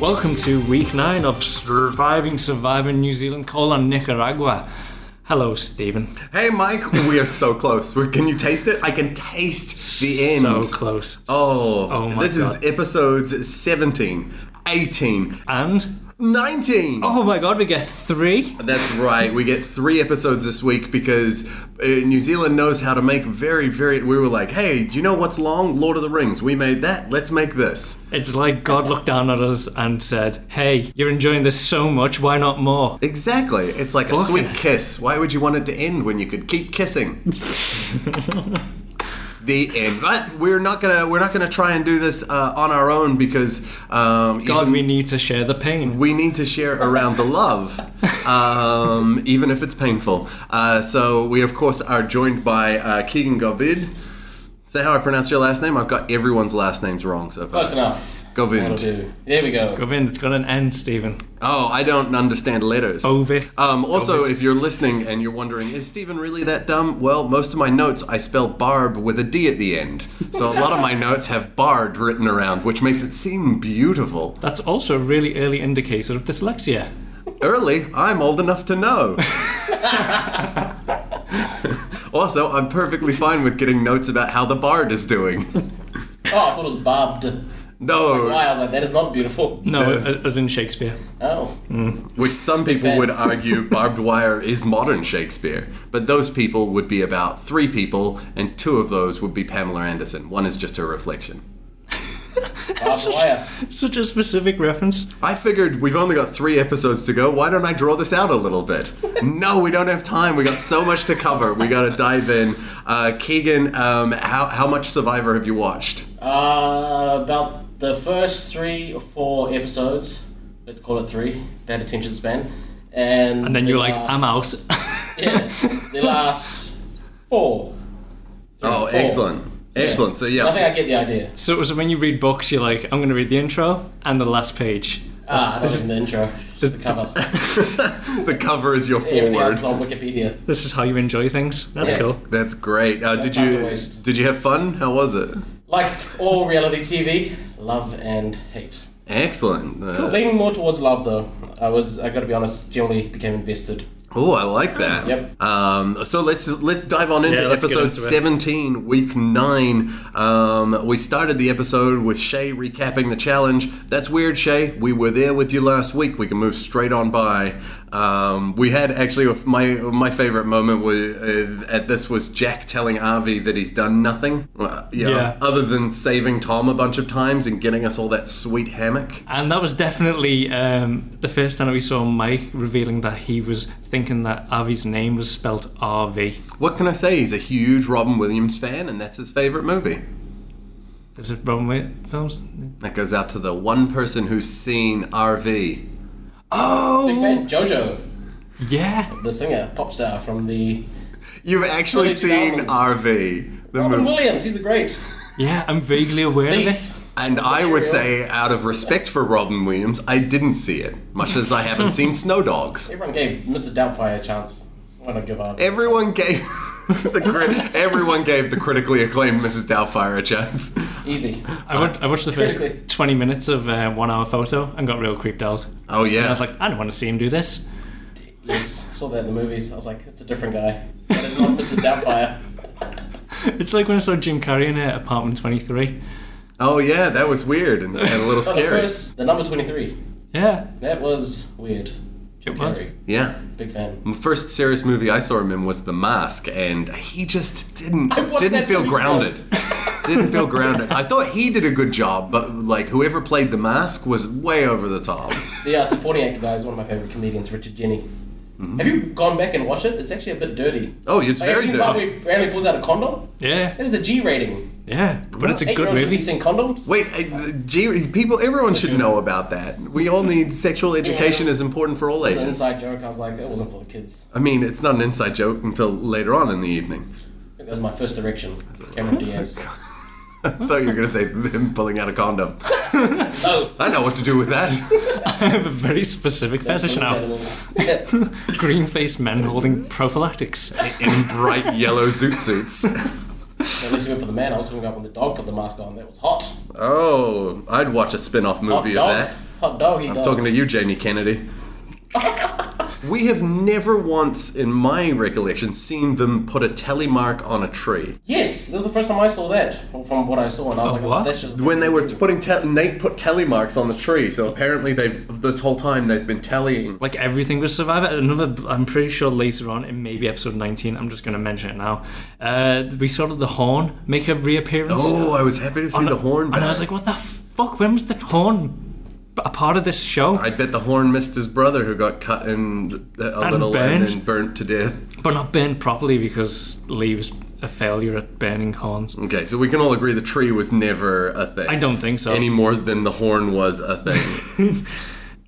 Welcome to week nine of Surviving Surviving New Zealand colon Nicaragua. Hello, Stephen. Hey, Mike, we are so close. We're, can you taste it? I can taste the end. So close. Oh, Oh my this God. is episodes 17, 18, And 19. oh my god, we get three. That's right. We get three episodes this week because uh, New Zealand knows how to make very, very. We were like, hey, do you know what's long? Lord of the Rings. We made that. Let's make this. It's like God looked down at us and said, "Hey, you're enjoying this so much. Why not more?" Exactly. It's like a Fucking- sweet kiss. Why would you want it to end when you could keep kissing? the end. But we're not gonna we're not gonna try and do this uh, on our own because um, God, even- we need to share the pain. we need to share around the love, um, even if it's painful. Uh, so we of course are joined by uh, Keegan Govid. Is that how I pronounce your last name? I've got everyone's last names wrong so far. Close enough. That'll Govind. do. There we go. Govind, it's got an end, Stephen. Oh, I don't understand letters. Ovid. Um, also, if you're listening and you're wondering, is Stephen really that dumb? Well, most of my notes I spell Barb with a D at the end. So a lot of my notes have Bard written around, which makes it seem beautiful. That's also a really early indicator of dyslexia. Early, I'm old enough to know. also, I'm perfectly fine with getting notes about how the Bard is doing. Oh, I thought it was barbed. Why? No, I was like, that is not beautiful. No, a- as in Shakespeare. Oh. which some people Fair. would argue barbed wire is modern Shakespeare, but those people would be about three people, and two of those would be Pamela Anderson. One is just her reflection. Barbed wire. Such a specific reference. I figured we've only got three episodes to go. Why don't I draw this out a little bit? no, we don't have time. We got so much to cover. We got to dive in. Uh, Keegan, um, how how much Survivor have you watched? Uh, about the first three or four episodes, let's call it three, bad attention span. And, And then the you're like, last- "I'm out." yeah, the last four. Three, Oh, four. excellent, excellent. So I think yeah, I get the idea. So, so when you read books, you're like, "I'm going to read the intro and the last page." Ah, that was in the intro. Just the cover. the cover is your Everything else is forward. on Wikipedia. This is how you enjoy things. That's Yes. cool. That's great. Uh, did time to you waste. did you have fun? How was it? Like all reality TV, love and hate. Excellent. Uh, Leaning more towards love, though. I was, I gotta be honest, generally became invested. oh, I like that. Yep. Um, so let's let's dive on into Yeah, let's get episode into it. seventeen, week nine. Um, we started the episode with Shay recapping the challenge. That's weird, Shay. We were there with you last week. We can move straight on by. Um, we had actually my my favorite moment was uh, at this was Jack telling Avi that he's done nothing. Well, you know, Yeah. Other than saving Tom a bunch of times and getting us all that sweet hammock. And that was definitely um, the first time that we saw Mike revealing that he was thinking that Avi's name was spelt RV. What can I say? He's a huge Robin Williams fan, and that's his favorite movie. Is it wrong with films? That goes out to the one person who's seen RV. Big Oh, Mm. fan, JoJo, yeah. the singer, pop star from the. Mm. You've actually Early seen 2000s. RV. The Robin movie. Williams, he's a great Yeah, I'm vaguely aware of it. thief. And I would Material. say, out of respect for Robin Williams, I didn't see it, much as I haven't seen Snow Dogs. Everyone gave Mrs. Doubtfire a chance. Why not give up? Everyone gave the crit- everyone gave the critically acclaimed Mrs. Doubtfire a chance. Easy. I, wa- I watched the first Seriously. 20 minutes of uh, One Hour Photo and got real creeped out. Oh yeah, And I was like, I don't want to see him do this. Yes, saw that in the movies. I was like, that's a different guy. That is not Mrs. Doubtfire. It's like when I saw Jim Carrey in uh, Apartment 23. oh yeah, that was weird and, and a little But Oh, the scary. first, the number 23. Yeah. That was weird. Jim was. Carrey, Yeah, big fan. the first serious movie I saw him in was The Mask, and he just didn't I watched didn't that feel two weeks ago. grounded. didn't feel grounded. I thought he did a good job, but like whoever played the mask was way over the top. The uh, supporting actor guy is one of my favorite comedians, Richard Jenny. Mm-hmm. Have you gone back and watched it? It's actually a bit dirty. Oh, it's Like, have very you seen the part where dirty. he randomly pulls out a condom? Yeah. That is a G rating. Yeah. But it's a Eight year good olds should be movie. seeing condoms. Wait, uh, the G- people, everyone should know about that. We all need sexual education is important for all It was an ages. inside joke. I was like, that wasn't for the kids. I mean, it's not an inside joke until later on in the evening. Oh That was my first erection. Cameron Diaz. I thought you were going to say them pulling out a condom. No. I know what to do with that. I have a very specific fetish now. Yeah. Green faced men holding prophylactics. In bright yellow zoot suits. At least it went for the man. I was talking about when the dog put the mask on. That was hot. Oh, I'd watch a spin off Hot movie of dog. that. Hot dog. He I'm talking to you, Jamie Kennedy. we have never once, in my recollection, seen them put a telemark on a tree. Yes, that was the first time I saw that. well, From what I saw, and I was Oh, like, what? that's just When they were putting, te- they put telemarks on the tree. So apparently, they've this whole time they've been tallying. Like everything was Survivor. Another, I'm pretty sure later on in maybe episode 19, I'm just going to mention it now. Uh, we saw the horn make a reappearance. Oh, I was happy to see the horn. And I was back. like, what the fuck? When was the horn a part of this show? I bet the horn missed his brother, who got cut in a little and burned. then burnt to death. But not burned properly because Lee was a failure at burning horns. Okay, so we can all agree the tree was never a thing. I don't think so. any more than the horn was a thing.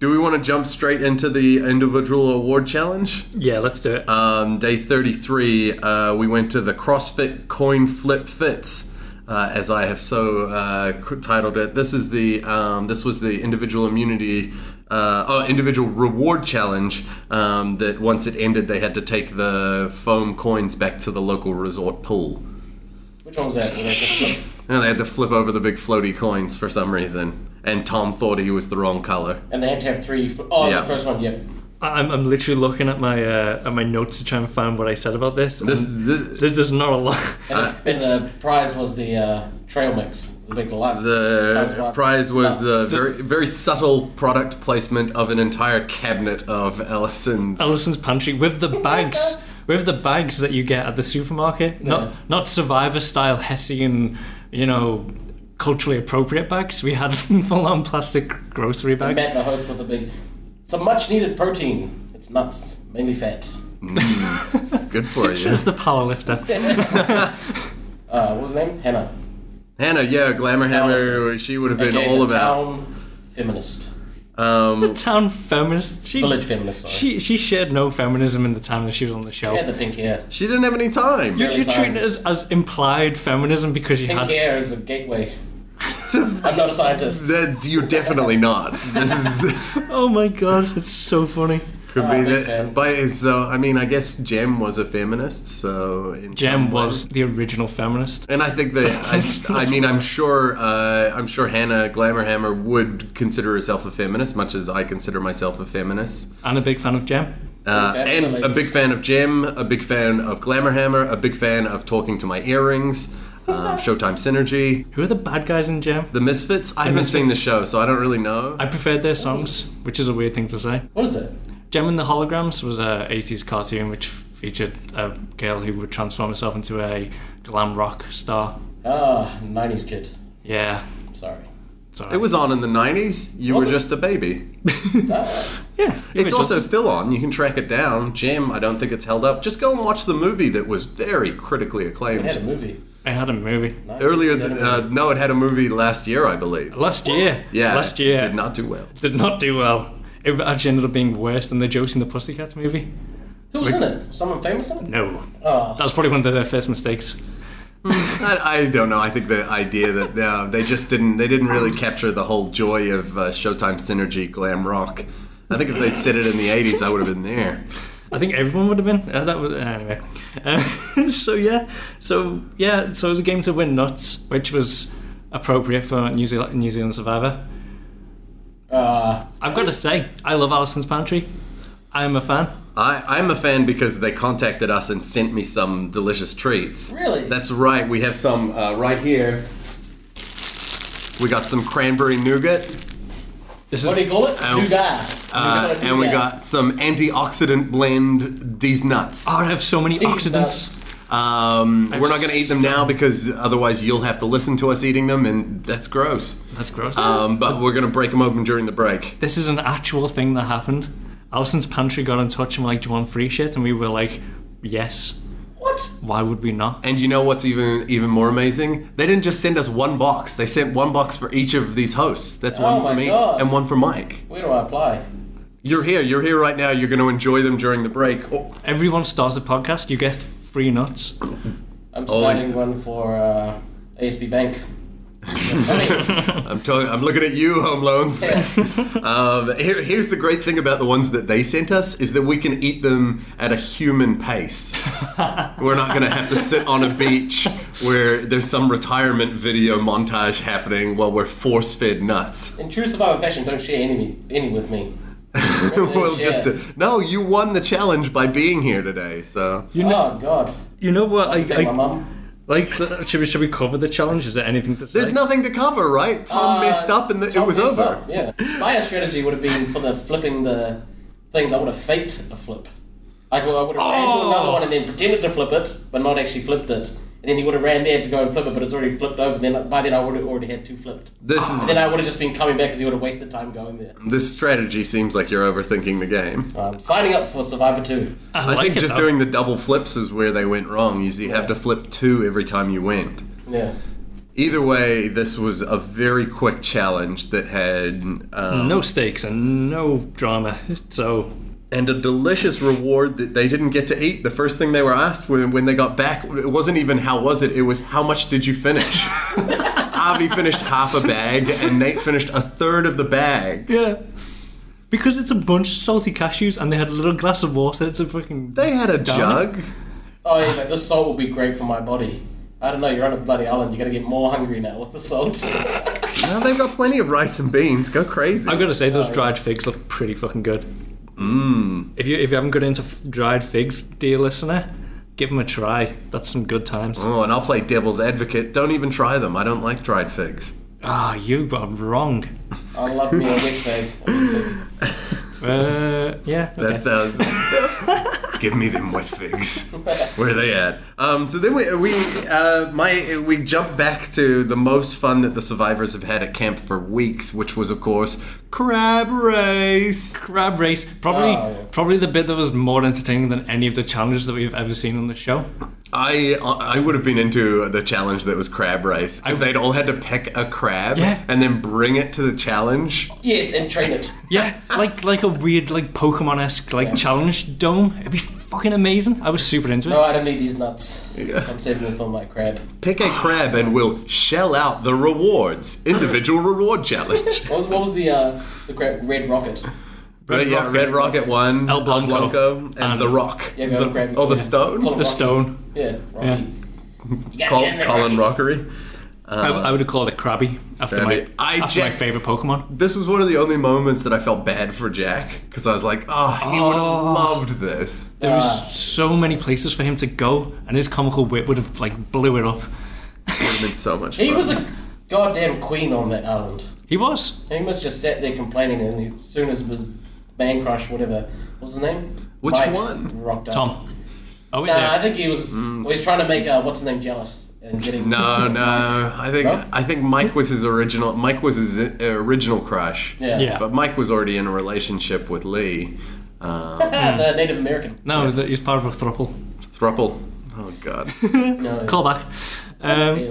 Do we want to jump straight into the individual award challenge? yeah, let's do it. Um, day 33, uh, we went to the CrossFit Coin Flip Fits, uh, as I have so uh, c- titled it. This is the um, this was the individual immunity. Uh, oh, individual reward challenge um, that once it ended, they had to take the foam coins back to the local resort pool. Which one was that? Was that just- And they had to flip over the big floaty coins for some reason. And Tom thought he was the wrong color. and they had to have three. f- Oh, Yeah. the first one. Yep. I'm, I'm literally looking at my uh, at my notes to try and find what I said about this. This, and this there's, there's not a lot. And, Uh, the, and the prize was the uh, trail mix, the big light. That's the what- prize was the Nuts. very very subtle product placement of an entire cabinet of Ellison's. Alison's pantry with the bags, with the bags that you get at the supermarket. Yeah. Not not Survivor style Hessian, you know, culturally appropriate bags. We had full on plastic grocery bags. Matt, the host, with a big, some much needed protein. It's nuts, mainly fat. Good for you. Says the powerlifter. Uh, what was her name? Hannah. Hannah, yeah, Glamour Hammer, she would have been Okay, all the about. town feminist, Um, Town feminist. She, village feminist. Sorry. she she shared no feminism in the time that she was on the show. She had the pink hair. she didn't have any time You're, you're treating it as, as implied feminism because you Pink had hair is a gateway. I'm not a scientist. That- You're definitely not. This is. Oh my god, it's so funny. Could be Ah, that, makes sense. but it's, so I mean, I guess Jem was a feminist, so in Jem some way- was the original feminist. and I think that I, I mean, I'm sure, uh, I'm sure Hannah Glamourhammer would consider herself a feminist, much as I consider myself a feminist, I'm a big fan of Jem. uh, Big fan of and the a big ladies. fan of Jem, a big fan of Glamourhammer, a big fan of talking to my earrings, um, Showtime Synergy, Who are the bad guys in Jem? The Misfits. I haven't seen the Misfits. show, so I don't really know. I preferred their songs, which is a weird thing to say. What is it? Gem and the Holograms was a 80s cartoon which featured a girl who would transform herself into a glam rock star. Ah, 90s kid. Yeah, I'm sorry. it's alright. It was on in the '90s. You Was were it? just a baby. Ah, Yeah, you It's were also just- still on. You can track it down. Jim, I don't think it's held up. Just go and watch the movie that was very critically we had a acclaimed. movie. I had a movie Earlier, th- Gentlemen. uh, no, it had a movie last year, I believe. last year. Yeah, last it year did not do well. did not do well. It actually ended up being worse than the Josie and the Pussycats movie. Who was in it? Someone famous in it? No, Oh, that was probably one of their first mistakes. I, I don't know. I think the idea that no, they just didn't they didn't really capture the whole joy of uh, Showtime synergy glam rock. I think if they'd said it in the '80s, I would have been there. I think everyone would have been. Uh, that was anyway. Uh, so yeah, so yeah, so it was a game to win nuts, which was appropriate for New Zealand, New Zealand Survivor. uh, I've got to say, I love Alison's Pantry. I am a fan. I, I'm a fan because they contacted us and sent me some delicious treats. Really? That's right. We have some uh, right here. We got some cranberry nougat, This what do you is call it? Um, Nougat. uh, and we Nougat. got some antioxidant blend these nuts. oh, I have so many These oxidants. nuts. Um, we're not going to eat them now because otherwise you'll have to listen to us eating them, and that's gross. That's gross. Um, but we're going to break them open during the break. this is an actual thing that happened. Alison's Pantry got in touch and were like, "Do you want free shit?" And we were like, "Yes." What? Why would we not? And you know what's even even more amazing? They didn't just send us one box. They sent one box for each of these hosts. That's one Oh for my me God. and one for Mike. Where do I apply? You're here. You're here right now. You're going to enjoy them during the break. Oh, Everyone starts a podcast. You get free nuts. I'm Oh, I starting see. one for uh, ASB Bank. I'm talking. I'm looking at you, Home Loans. um, here, here's the great thing about the ones that they sent us is that we can eat them at a human pace. We're not going to have to sit on a beach where there's some retirement video montage happening while we're force-fed nuts. In true survivor fashion, don't share any me- any with me. well, Yeah. just no. You won the challenge by being here today, so You know, oh God! you know what? Thank I, my I, mum. like, uh, should we, should we cover the challenge? Is there anything to say? there's nothing to cover, right? Tom Uh, messed up and the, Tom it was messed over. up, Yeah. My strategy would have been for the flipping the things. I would have faked a flip. Like well, I would have ran to another Oh. one and then pretended to flip it, but not actually flipped it. And then he would have ran there to go and flip it, but it's already flipped over. Then by then I would have already had two flipped. This is Then I would have just been coming back because he would have wasted time going there. This strategy seems like you're overthinking the game. Um, signing up for Survivor Two. I, like think it, just though. doing the double flips is where they went wrong. You see, you have to flip two every time you went. Yeah. Either way, this was a very quick challenge that had um, no stakes and no drama. So and a delicious reward that they didn't get to eat. The first thing they were asked when, when they got back, it wasn't even how was it, it was how much did you finish? Avi finished half a bag, and Nate finished a third of the bag. yeah, because it's a bunch of salty cashews and they had a little glass of water. It's a fucking. They had a Damn it. jug. Oh, he's like, this salt will be great for my body. I don't know, you're on a bloody island, you're gonna get more hungry now with the salt. Now they've got plenty of rice and beans. Go crazy. I've got to say those dried figs look pretty fucking good. Mmm. If you if you haven't got into f- dried figs, dear listener, give them a try. That's some good times. Oh, and I'll play devil's advocate. Don't even try them. I don't like dried figs. Ah, you are wrong. I love me a wet fag. A wet fag. Uh, yeah. That okay. sounds. Give me them wet figs. Where are they at? Um, so then we we uh, my we jump back to the most fun that the survivors have had at camp for weeks, which was of course crab race. Crab race, probably Oh, yeah. probably the bit that was more entertaining than any of the challenges that we've ever seen on the show. I I would have been into the challenge that was crab race if they'd all had to pick a crab Yeah. and then bring it to the challenge. Yes, and train it. Yeah, like like a weird like Pokemon esque like challenge dome. It'd be fucking amazing. I was super into it. No, I don't need these nuts. Yeah. I'm saving them for my crab. Pick a crab and we'll shell out the rewards. Individual reward challenge. What was, what was the uh, the crab, red rocket? Red yeah, Red Rocket one, El Blanco. and, And- The Rock. Yeah, go The- crab. Oh, the stone? Call him the Rocky. stone. Yeah, Rocky. Yeah. You gotta Col- get in there, Colin Rocky. Rockery. I, I would have called it Krabby after my Krabby. I after my checked- favorite Pokemon. This was one of the only moments that I felt bad for Jack because I was like, oh, he would Oh. have loved this. There was Ah. so many places for him to go, and his comical wit would have like blew it up. It would have been so much fun. He was a goddamn queen on that island. He was. He must just sat there complaining, and as soon as his man crush, whatever, what's his name? Which Mike one? Rocked up. Tom. Oh Nah, I yeah. think he was. Well, he's trying to make uh, what's his name jealous and getting. Mm. no, no. I think No? I think Mike was his original. Mike was his uh, original crush. Yeah. Yeah. But Mike was already in a relationship with Lee. Um, Ah, the Native American. No, that he's part of a thruple. Thruple. Oh God. No. Call back. Um, Yeah.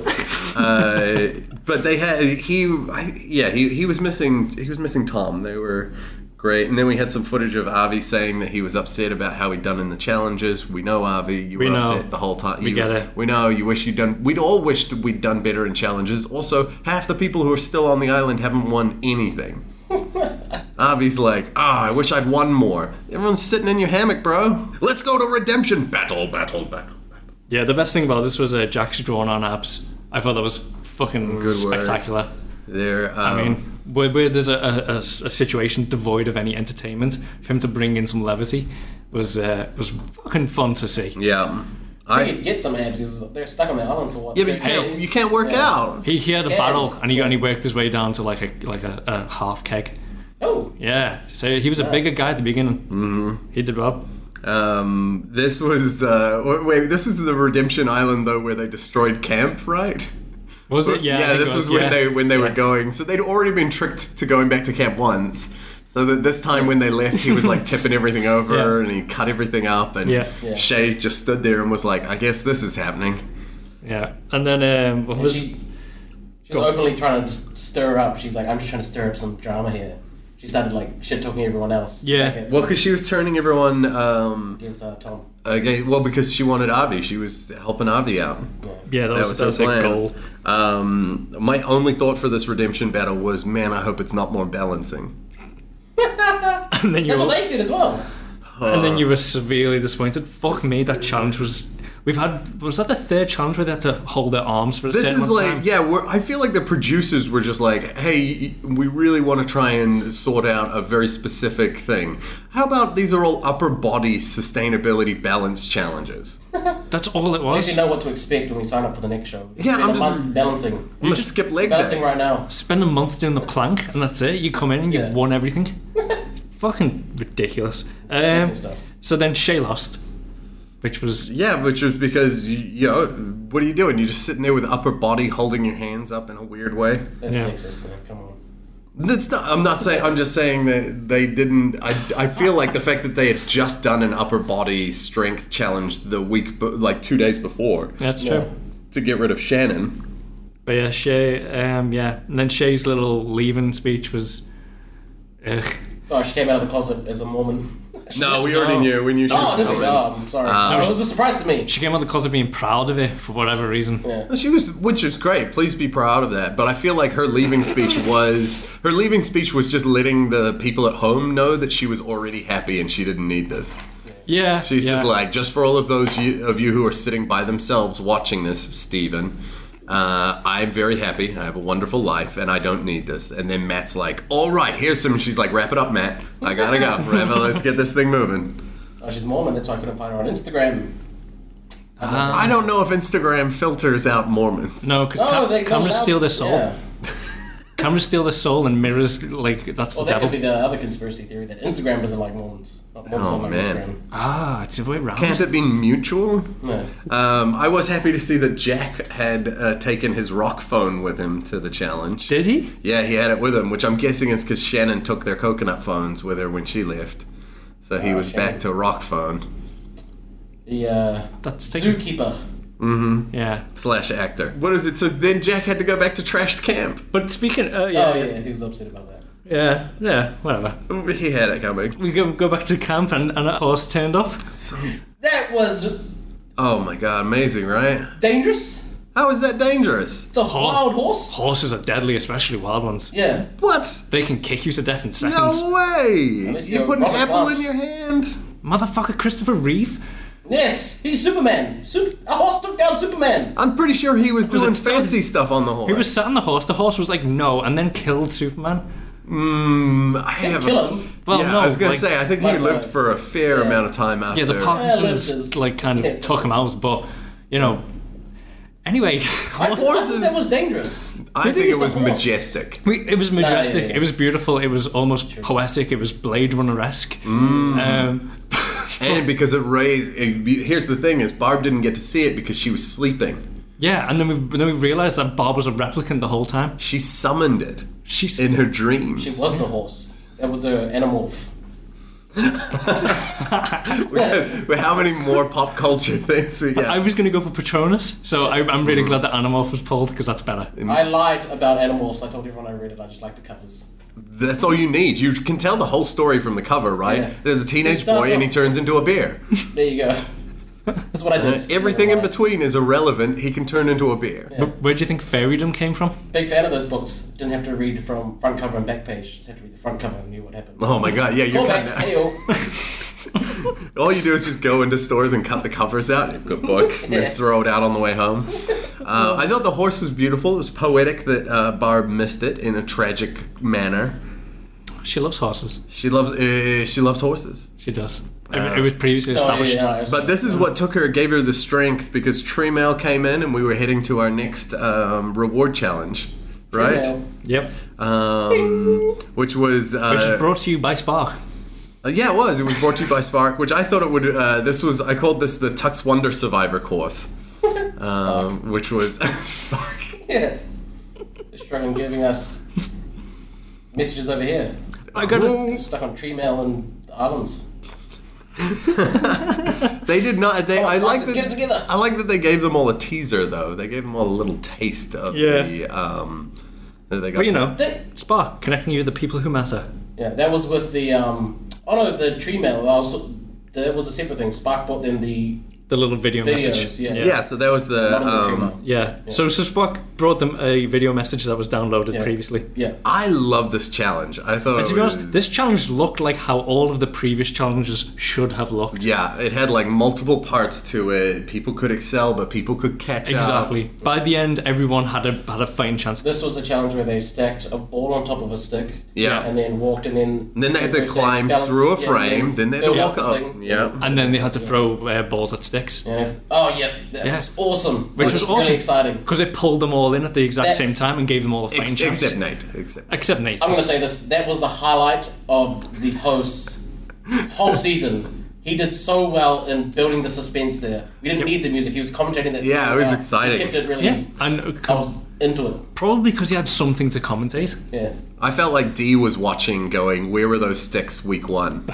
Uh, but they had he I, yeah he, he was missing he was missing Tom they were great and then we had some footage of Avi saying that he was upset about how he'd done in the challenges we know Avi you We were know. upset the whole time We You- get it. we know you wish you'd done we'd all wished that we'd done better in challenges also half the people who are still on the island haven't won anything Avi's like ah I wish I'd won more everyone's sitting in your hammock bro let's go to redemption battle battle battle yeah, the best thing about this was uh, Jack's drawn on abs. I thought that was fucking Good work. spectacular. there um, I mean, where, where there's a, a- a s- a situation devoid of any entertainment, for him to bring in some levity was uh, was fucking fun to see. yeah I think you get some abs. 'cause They're stuck on the island for what? Yeah, but you 30 can't, days? you can't work Yeah. out. He, he had a Yeah. barrel and he only worked his way down to like a like a, a half keg. Oh, Yeah, so he was a bigger Nice. guy at the beginning. Mm-hmm. He did well. Um, this was uh, w- wait, this was the Redemption Island though, where they destroyed camp, right? Was it? Yeah, I think this it was, when yeah. they when they were Yeah. going. So they'd already been tricked to going back to camp once. So that this time when they left, he was like tipping everything over Yeah. and he cut everything up, and Yeah. Yeah. Shay just stood there and was like, "I guess this is happening." Yeah, and then um, what was? she, she's Go. openly trying to s- stir up. She's like, I'm just trying to stir up some drama here. She started like shit talking everyone else. Yeah. Back at- Well, because she was turning everyone. Um, against uh, Tom. Again, well, because she wanted Avi, she was helping Avi out. Yeah, that, was, That was that her was a plan. goal. Um, my only thought for this redemption battle was, man, I hope it's not more balancing. And then you That's were, what they said as well. and Oh. then you were severely disappointed. Fuck me, that challenge was. We've had was that the third challenge where they had to hold their arms for a This certain is amount like, of time? yeah, we're, I feel like the producers were just like, hey, we really want to try and sort out a very specific thing. How about these are all upper body sustainability balance challenges? That's all it At was. least you know what to expect when we sign up for the next show. Yeah, Spend I'm a just- month balancing. I'm going to skip leg Balancing day. right now. Spend a month doing the plank, and that's it. You come in and you Yeah. won everything. Fucking ridiculous. Um, different stuff. so then Shay lost, which was Yeah, which was because, y- you know, what are you doing? You're just sitting there with upper body holding your hands up in a weird way. That's Yeah. sexist, man. Come on. That's not, I'm not saying, I'm just saying that they didn't. I, I feel like the fact that they had just done an upper body strength challenge the week, be- like two days before, that's Yeah. true. to get rid of Shannon. But yeah, Shay. Um, yeah, and then Shay's little leaving speech was. Ugh. Oh, she came out of the closet as a Mormon. No, we already knew. We knew she Oh, was did coming. we? Oh, I'm sorry. no, it was a surprise to me. She came out of the closet being proud of it for whatever reason. Yeah. She was, which is great. Please be proud of that. But I feel like her leaving speech was her leaving speech was just letting the people at home know that she was already happy and she didn't need this. Yeah, She's yeah. just like, just for all of those you, of you who are sitting by themselves watching this, Stephen. Uh, I'm very happy. I have a wonderful life, and I don't need this. And then Matt's like, "All right, here's some." She's like, "Wrap it up, Matt. I gotta go. Wrap it. Let's get this thing moving." Oh, she's Mormon. That's why I couldn't find her on Instagram. I don't know if Instagram filters out Mormons. Um, No, because Oh, they come cameras out- steal their soul. Yeah. Cameras steal their soul, and mirrors like that's Well, the that could devil. be the other conspiracy theory that Instagram doesn't like Mormons. Not Mormons Oh, don't like man. Instagram. Ah, it's the way round. Can't it be mutual? No. Um, I was happy to see that Jack had uh, taken his rock phone with him to the challenge. Did he? yeah, he had it with him, which I'm guessing is because Shannon took their coconut phones with her when she left. So he Oh, was Shannon. back to rock phone The uh, That's taken. zookeeper. Yeah. slash actor. What is it? So then Jack had to go back to trashed camp. But speaking, uh, Oh, yeah, yeah, he was upset about that. yeah, yeah, whatever. He had it coming. We go go back to camp, and, and a horse turned up. So, That was oh my god, amazing, right? dangerous. How is that dangerous? It's a wild horse. Horses are deadly, especially wild ones. Yeah. What? They can kick you to death in seconds. No way! least You you're put an Robert apple Plant. in your hand. Motherfucker, Christopher Reeve. Yes, he's Superman. Sup- a horse took down Superman. I'm pretty sure he was doing expected- fancy stuff on the horse. He was sat on the horse. The horse was like no, and then killed Superman. Mm, I have kill a, him. Well, yeah, no, I was gonna like- say I think he Might as well. lived for a fair Yeah. amount of time after. Yeah, the Parkinson's Yeah, this is- like kind of yeah. took him out, but you know. Anyway, I, I thought Horses- that was dangerous. I think it used was the horse. majestic. we, it was majestic. yeah. It was beautiful. It was almost poetic. It was Blade Runner esque. Um, And because it raised, it, here's the thing: is Barb didn't get to see it because she was sleeping. yeah, and then we then we realized that Bob was a replicant the whole time. She summoned it She's in her dreams. She was the horse. That was an animal. but how many more pop culture things? So, yeah, I was going to go for Patronus, so I, I'm really glad that Animorph was pulled because that's better. I lied about animals. I told everyone I read it. I just like the covers. that's all you need. You can tell the whole story from the cover, right? Yeah. There's a teenage starts boy, and he off- turns into a bear. There you go. That's what I did. Uh, Everything in Never mind. between is irrelevant. He can turn into a bear. But where do you think Fairydom came from? Big fan of those books. Didn't have to read from front cover and back page. Just had to read the front cover and knew what happened. Oh my god! Yeah, Go you're back. kind Hey, of. yo. All you do is just go into stores and cut the covers out. Good book. And then throw it out on the way home. Uh, I thought the horse was beautiful. It was poetic that uh, Barb missed it in a tragic manner. She loves horses. She loves uh, she loves horses. She does. It- it, was previously Oh, established. yeah, yeah, I was- But this is what took her, gave her the strength because Tree Mail came in and we were heading to our next um, reward challenge, right? Yeah. Yep. Um, which was uh, Which is brought to you by Spark. Uh, yeah, it was. It was brought to you by Spark, which I thought it would. Uh, this was. I called this the Tux Wonder Survivor course, um, which was Spark. Yeah. They're struggling giving us messages over here. I got a, Stuck on tree mail and the islands. They did not. They. I Oh, Spark, like let's that. get it together. I like that they gave them all a teaser, though. They gave them all a little taste of Yeah. the. Um, that they got. but you to- know, That, Spark connecting you with the people who matter. yeah, that was with the um. Oh no, the tree mail. I was there was a separate thing. Spark bought them the The little video Videos, message. yeah. Yeah. so that was the. bottom of the um, tumor. Yeah. So Spock brought them a video message that was downloaded Yeah. previously. Yeah. I love this challenge. I thought. And to it be was- honest, this challenge looked like how all of the previous challenges should have looked. Yeah, it had like multiple parts to it. People could excel, but people could catch up. Exactly. By the end, everyone had a had a fighting chance. This was the challenge where they stacked a ball on top of a stick. Yeah. And then walked and then. And then they had to first climb balance- through a yeah, frame, then they had to build walk the up. thing. Yeah. And then they had to throw uh, balls at sticks, And if, oh, yeah. That Yeah. was awesome. which was awesome really exciting. because it pulled them all in at the exact That- same time and gave them all a fighting Ex- chance. except Nate. Except. Except Nate. I'm going to say this. That was the highlight of the host's whole season. He did so well in building the suspense there. We didn't need the music. He was commentating that. Yeah, so it was well. exciting. He kept it really. yeah, and uh, I co- was into it. probably because he had something to commentate. Yeah. I felt like D was watching, going, "Where were those sticks week one?"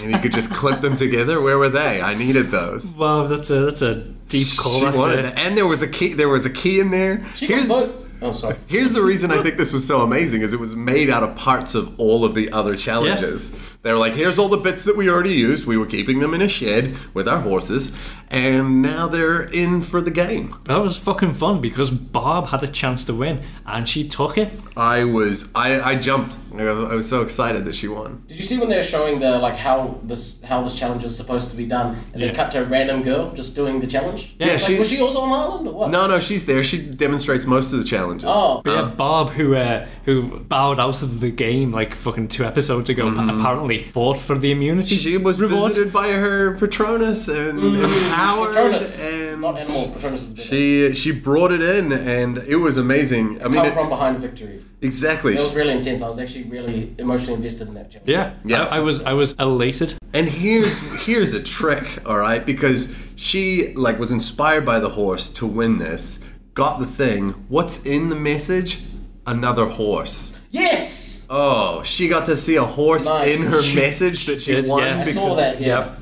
and you could just clip them together. Where were they? I needed those. Wow, that's a that's a deep call. She right wanted there. that, and there was a key. There was a key in there. She Here's- can vote. Oh, sorry. Here's the reason I think this was so amazing is it was made out of parts of all of the other challenges. They were like, here's all the bits that we already used. We were keeping them in a shed with our horses, and now they're in for the game. That was fucking fun because Barb had a chance to win and she took it. I was I, I jumped. I was I was so excited that she won. Did you see when they were showing the like how this how this challenge is supposed to be done, and Yeah. they cut to a random girl just doing the challenge? Yeah, like, she- was she also on Ireland or what? No, no, she's there. She demonstrates most of the challenges. Oh, But yeah, Barb, who uh, who bowed out of the game like fucking two episodes ago, apparently fought for the immunity. She was reward. visited by her Patronus and empowered. Patronus, and not animals. Patronus is Uh, better. She she brought it in, and it was amazing. I mean, Come it- from behind victory. exactly. It was really intense. I was actually really emotionally invested in that challenge. Yeah, Mm-hmm. Yeah. I, I was I was elated. And here's here's a trick, all right? Because she like was inspired by the horse to win this, got the thing. What's in the message? Another horse. Yes, Oh, she got to see a horse Nice. in her She- message that she did, won. yeah. I Because- saw that. Yeah, Yep.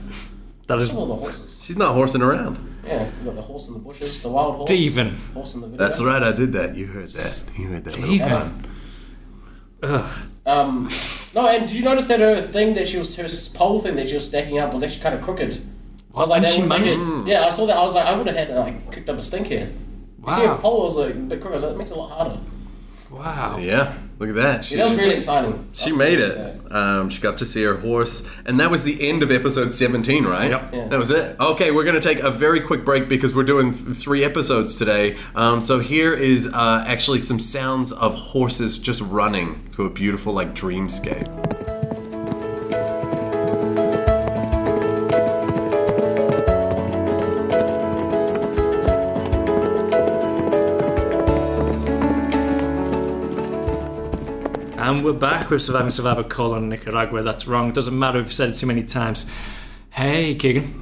That is all the horses. She's not horsing around. Yeah, you got the horse in the bushes, the wild horse, Steven. horse in the video. That's right, I did that. You heard that. You heard that. little Steven. pun. Um, no, and did you notice that her thing that she was her pole thing that she was stacking up was actually kind of crooked? I was like, And that she would make managed- it- yeah, I saw that. I was like, I would have had uh, like kicked up a stink here. You see, her pole was like a bit crooked. I was like, that makes it a lot harder. wow. Yeah, look at that. She, Yeah, that was really exciting. she made it. Um, she got to see her horse, and that was the end of episode 17, right? Yep. Yeah. That was it. Okay, we're going to take a very quick break because we're doing th- three episodes today. Um, so here is uh, actually some sounds of horses just running to a beautiful like dreamscape. And we're back with Surviving Survivor colon Nicaragua. That's wrong. Doesn't matter if you've said it too many times. Hey, Keegan.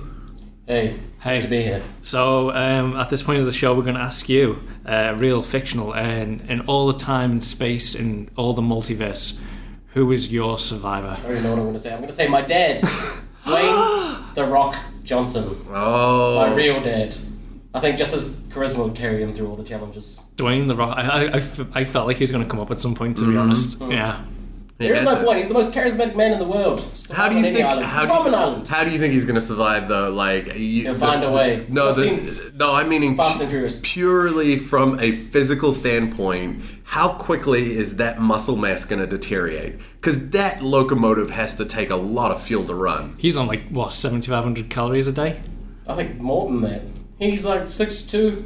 Hey, Hey. good to be here. So um, at this point of the show, we're going to ask you, uh, real, fictional, and in all the time and space and all the multiverse, who is your survivor? I already know what I'm going to say. I'm going to say my dad, Dwayne the Rock Johnson, Oh, my real dad. I think just his charisma would carry him through all the challenges. Dwayne the Rock. I, I- I f- I felt like he was going to come up at some point, to be honest. Yeah. There is Yeah. no point. He's the most charismatic man in the world. How do you On any think? island. How From do an you, island. how do you think he's gonna survive though? Like, you, He'll find this- a way. No, What's the, in- no. I'm meaning Fast pu- and Furious. purely from a physical standpoint. How quickly is that muscle mass gonna deteriorate? Because that locomotive has to take a lot of fuel to run. He's on like, what, 7,500 calories a day? I think more than that. He's like 6'2",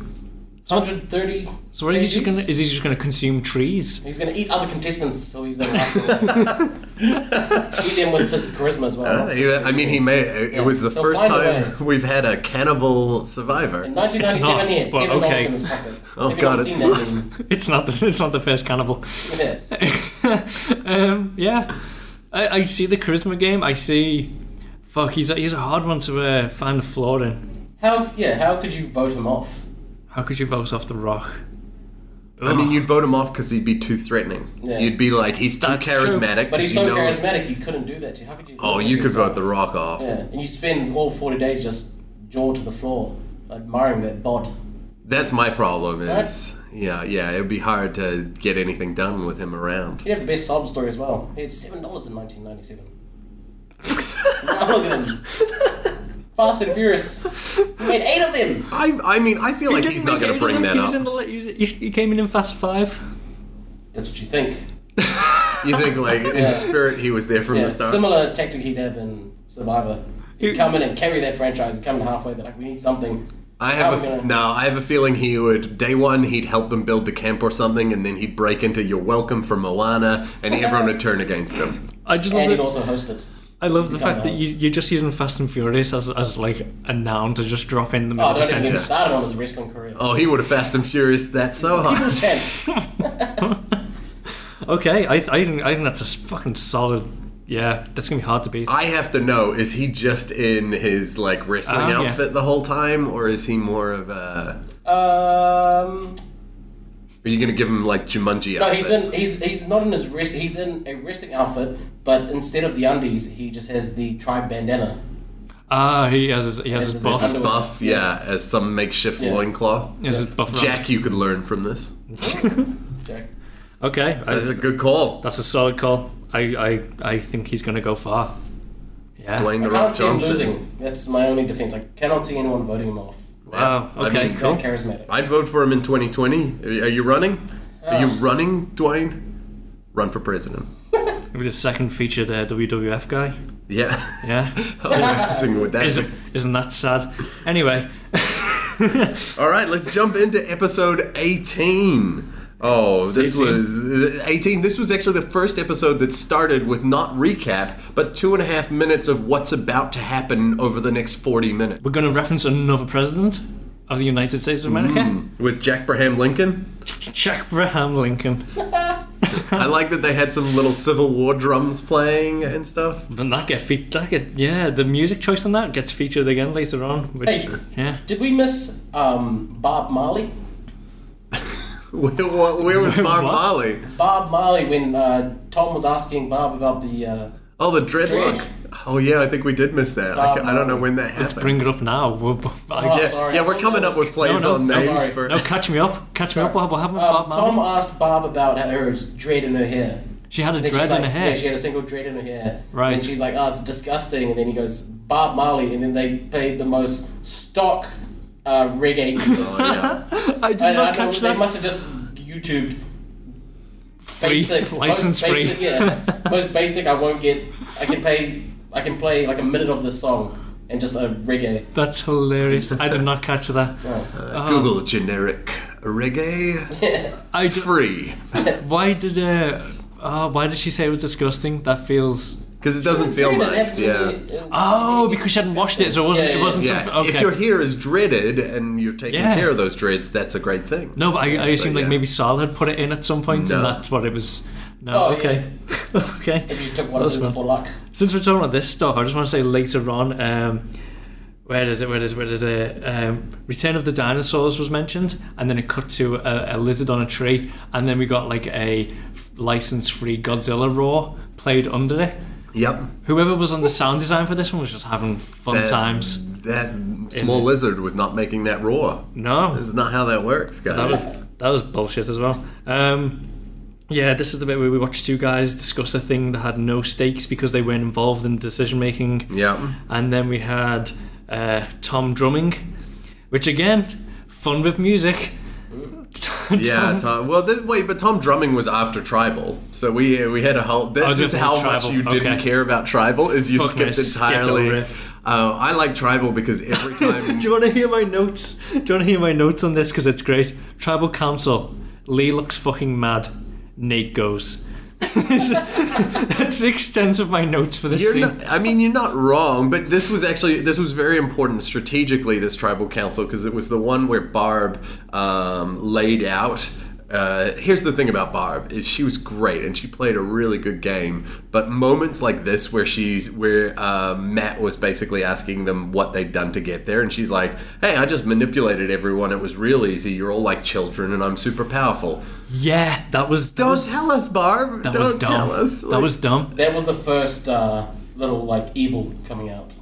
130 So what is he just kgs. gonna? Is he just gonna consume trees? He's gonna eat other contestants till he's the last one. eat them with his charisma as well. Uh, yeah, I mean, he may. It it was the He'll first find a time we've had a cannibal survivor. In 1997, he had It's not, but seven dollars okay. in his pocket. Oh, Everyone's God, seen it's that meme. It's not. The, it's not the first cannibal. Yeah. um, yeah, I, I see the charisma game. I see. Fuck, he's a, he's a hard one to uh, find a flaw in. How? Yeah. How could you vote him off? How could you vote off the Rock? I mean, you'd vote him off because he'd be too threatening. Yeah. You'd be like, he's too That's true. charismatic. But he's you so know- charismatic, you couldn't do that. To. How could you? Oh, you could vote the rock off. Yeah, and you spend all 40 days just jaw to the floor, admiring that bod. That's my problem. Is yeah, yeah. It'd be hard to get anything done with him around. He'd have the best sob story as well. He had seven dollars in 1997. I'm looking at him. Fast and Furious. He made eight of them. I, I mean, I feel like he's not going to bring that he was up. In the, he, was, he- he came in in Fast Five. That's what you think. You think, like, in spirit, he was there from Yeah, the start? similar tactic he'd have in Survivor. He'd come in and carry that franchise. He'd come in halfway. They're like, we need something. I How have we a, gonna- no. I have a feeling he would day one he'd help them build the camp or something, and then he'd break into "You're welcome" for Moana, and everyone would turn against him. I just love And he'd it. also host it. I love the become fact that you, those. you're just using Fast and Furious as, as like a noun to just drop in the middle Oh, of a don't even get me sentence. started on his wrestling career. Oh, he would have Fast and Furious that so hard. Ten. Okay, I, I think I think that's a s- fucking solid. Yeah, that's gonna be hard to beat. I have to know: is he just in his like wrestling Oh, yeah. outfit the whole time, or is he more of a? Um, Are you gonna give him like Jumanji? no, outfit? he's in. He's he's not in his wrest. He's in a wrestling outfit, but instead of the undies, he just has the tribe bandana. Ah, he has his, he has his This is his buff. As underwear. buff, yeah, as some makeshift Yeah. loincloth. He has his buff. around. Jack, you could learn from this. Jack. Okay, I- That's a good call, that's a solid call. I, I I think he's gonna go far. Yeah. Dwayne I the Rock can't see him Johnson. losing. That's my only defense. I cannot see anyone voting him off. Wow. Yeah, I Okay. mean- He's cool. that charismatic. I'd vote for him in 2020. Are are you running? Are you Ah. running, Dwayne? Run for president. With his second featured uh, WWF guy. Yeah. Oh, Yeah. How embarrassing would that Isn't be? isn't that sad? Anyway. All right, let's jump into episode 18. Oh, this 18. was 18. This was actually the first episode that started with not recap, but two and a half minutes of what's about to happen over the next 40 minutes. We're going to reference another president of the United States of America, Mm. With Jack Braham Lincoln. Jack Braham Lincoln. I like that they had some little Civil War drums playing and stuff. And that get fe- that get yeah, the music choice on that gets featured again later on. Which Hey. yeah, Did we miss um, Bob Marley? Where, where was Bob What? Marley? Bob Marley, when uh, Tom was asking Bob about the. Uh, Oh, the dreadlock. Dread. Oh yeah, I think we did miss that. I, Bob ca- I don't know Marley. when that happened. bring it up now. We'll, I, Oh, yeah, sorry, yeah, I we're thought coming that up with was- plays No, no, on no, names sorry. for. No, catch me up, catch me up. What happened, Oh. um, Bob Marley? Tom asked Bob about her dread in her hair. She had a And she's dread in like- her hair. Yeah, she had a single dread in her hair. Right. And she's like, oh, it's disgusting. And then he goes, Bob Marley. And then they played the most stock uh, reggae music. Oh, yeah. I did I, not I, catch they that. must have just YouTubed Free, basic, license most free. basic, yeah, most basic. I won't get. I can play. I can play like a minute of this song and just a reggae. That's hilarious. I did not catch that. Oh. Google generic reggae I d- free why did uh, uh, why did she say it was disgusting? That feels because it doesn't feel Dread, nice. that's Yeah. really- uh, oh because she hadn't washed it, so it wasn't Yeah, it yeah, wasn't Yeah, something. Okay. if your hair is dreaded and you're taking Yeah. care of those dreads, that's a great thing. No, but I, I assume like yeah. maybe Sal had put it in at some point, No. and that's what it was. No, Oh, okay, okay. If you took one of That's those fun. for luck. Since we're talking about this stuff, I just want to say later on, um, where is it? Where is it? Where is it? Um, Return of the Dinosaurs was mentioned, and then it cut to a, a lizard on a tree, and then we got like a license-free Godzilla roar played under it. Yep. Whoever was on the sound design for this one was just having fun That- times. That small lizard was not making that roar. No, That's not how that works, guys. That was that was bullshit as well. Um, yeah, this is the bit where we watched two guys discuss a thing that had no stakes because they weren't involved in decision making, yeah. and then we had uh, Tom drumming, which again, fun with music. Tom- Yeah, Tom. Well, th wait, but Tom Drumming was after Tribal, so we uh, we had a whole. Oh, This is different how Tribal, much you didn't okay. care about Tribal is you Fuck me, skipped I skipped entirely. over it. Uh, I like Tribal because every time. Do you want to hear my notes? Do you want to hear my notes on this? Because it's great. Tribal Council. Lee looks fucking mad. Nate goes. That's the extent of my notes for this You're scene. not, I mean, you're not wrong, but this was actually this was very important strategically. This tribal council because it was the one where Barb um, laid out. Uh, here's the thing about Barb is she was great and she played a really good game. But moments like this where she's where uh, Matt was basically asking them what they'd done to get there, and she's like, "Hey, I just manipulated everyone. It was real easy. You're all like children, and I'm super powerful." yeah, that was. That Don't was, tell us, Barb. that Don't was dumb. tell us. that Like- was dumb. That was the first uh, little like evil coming out.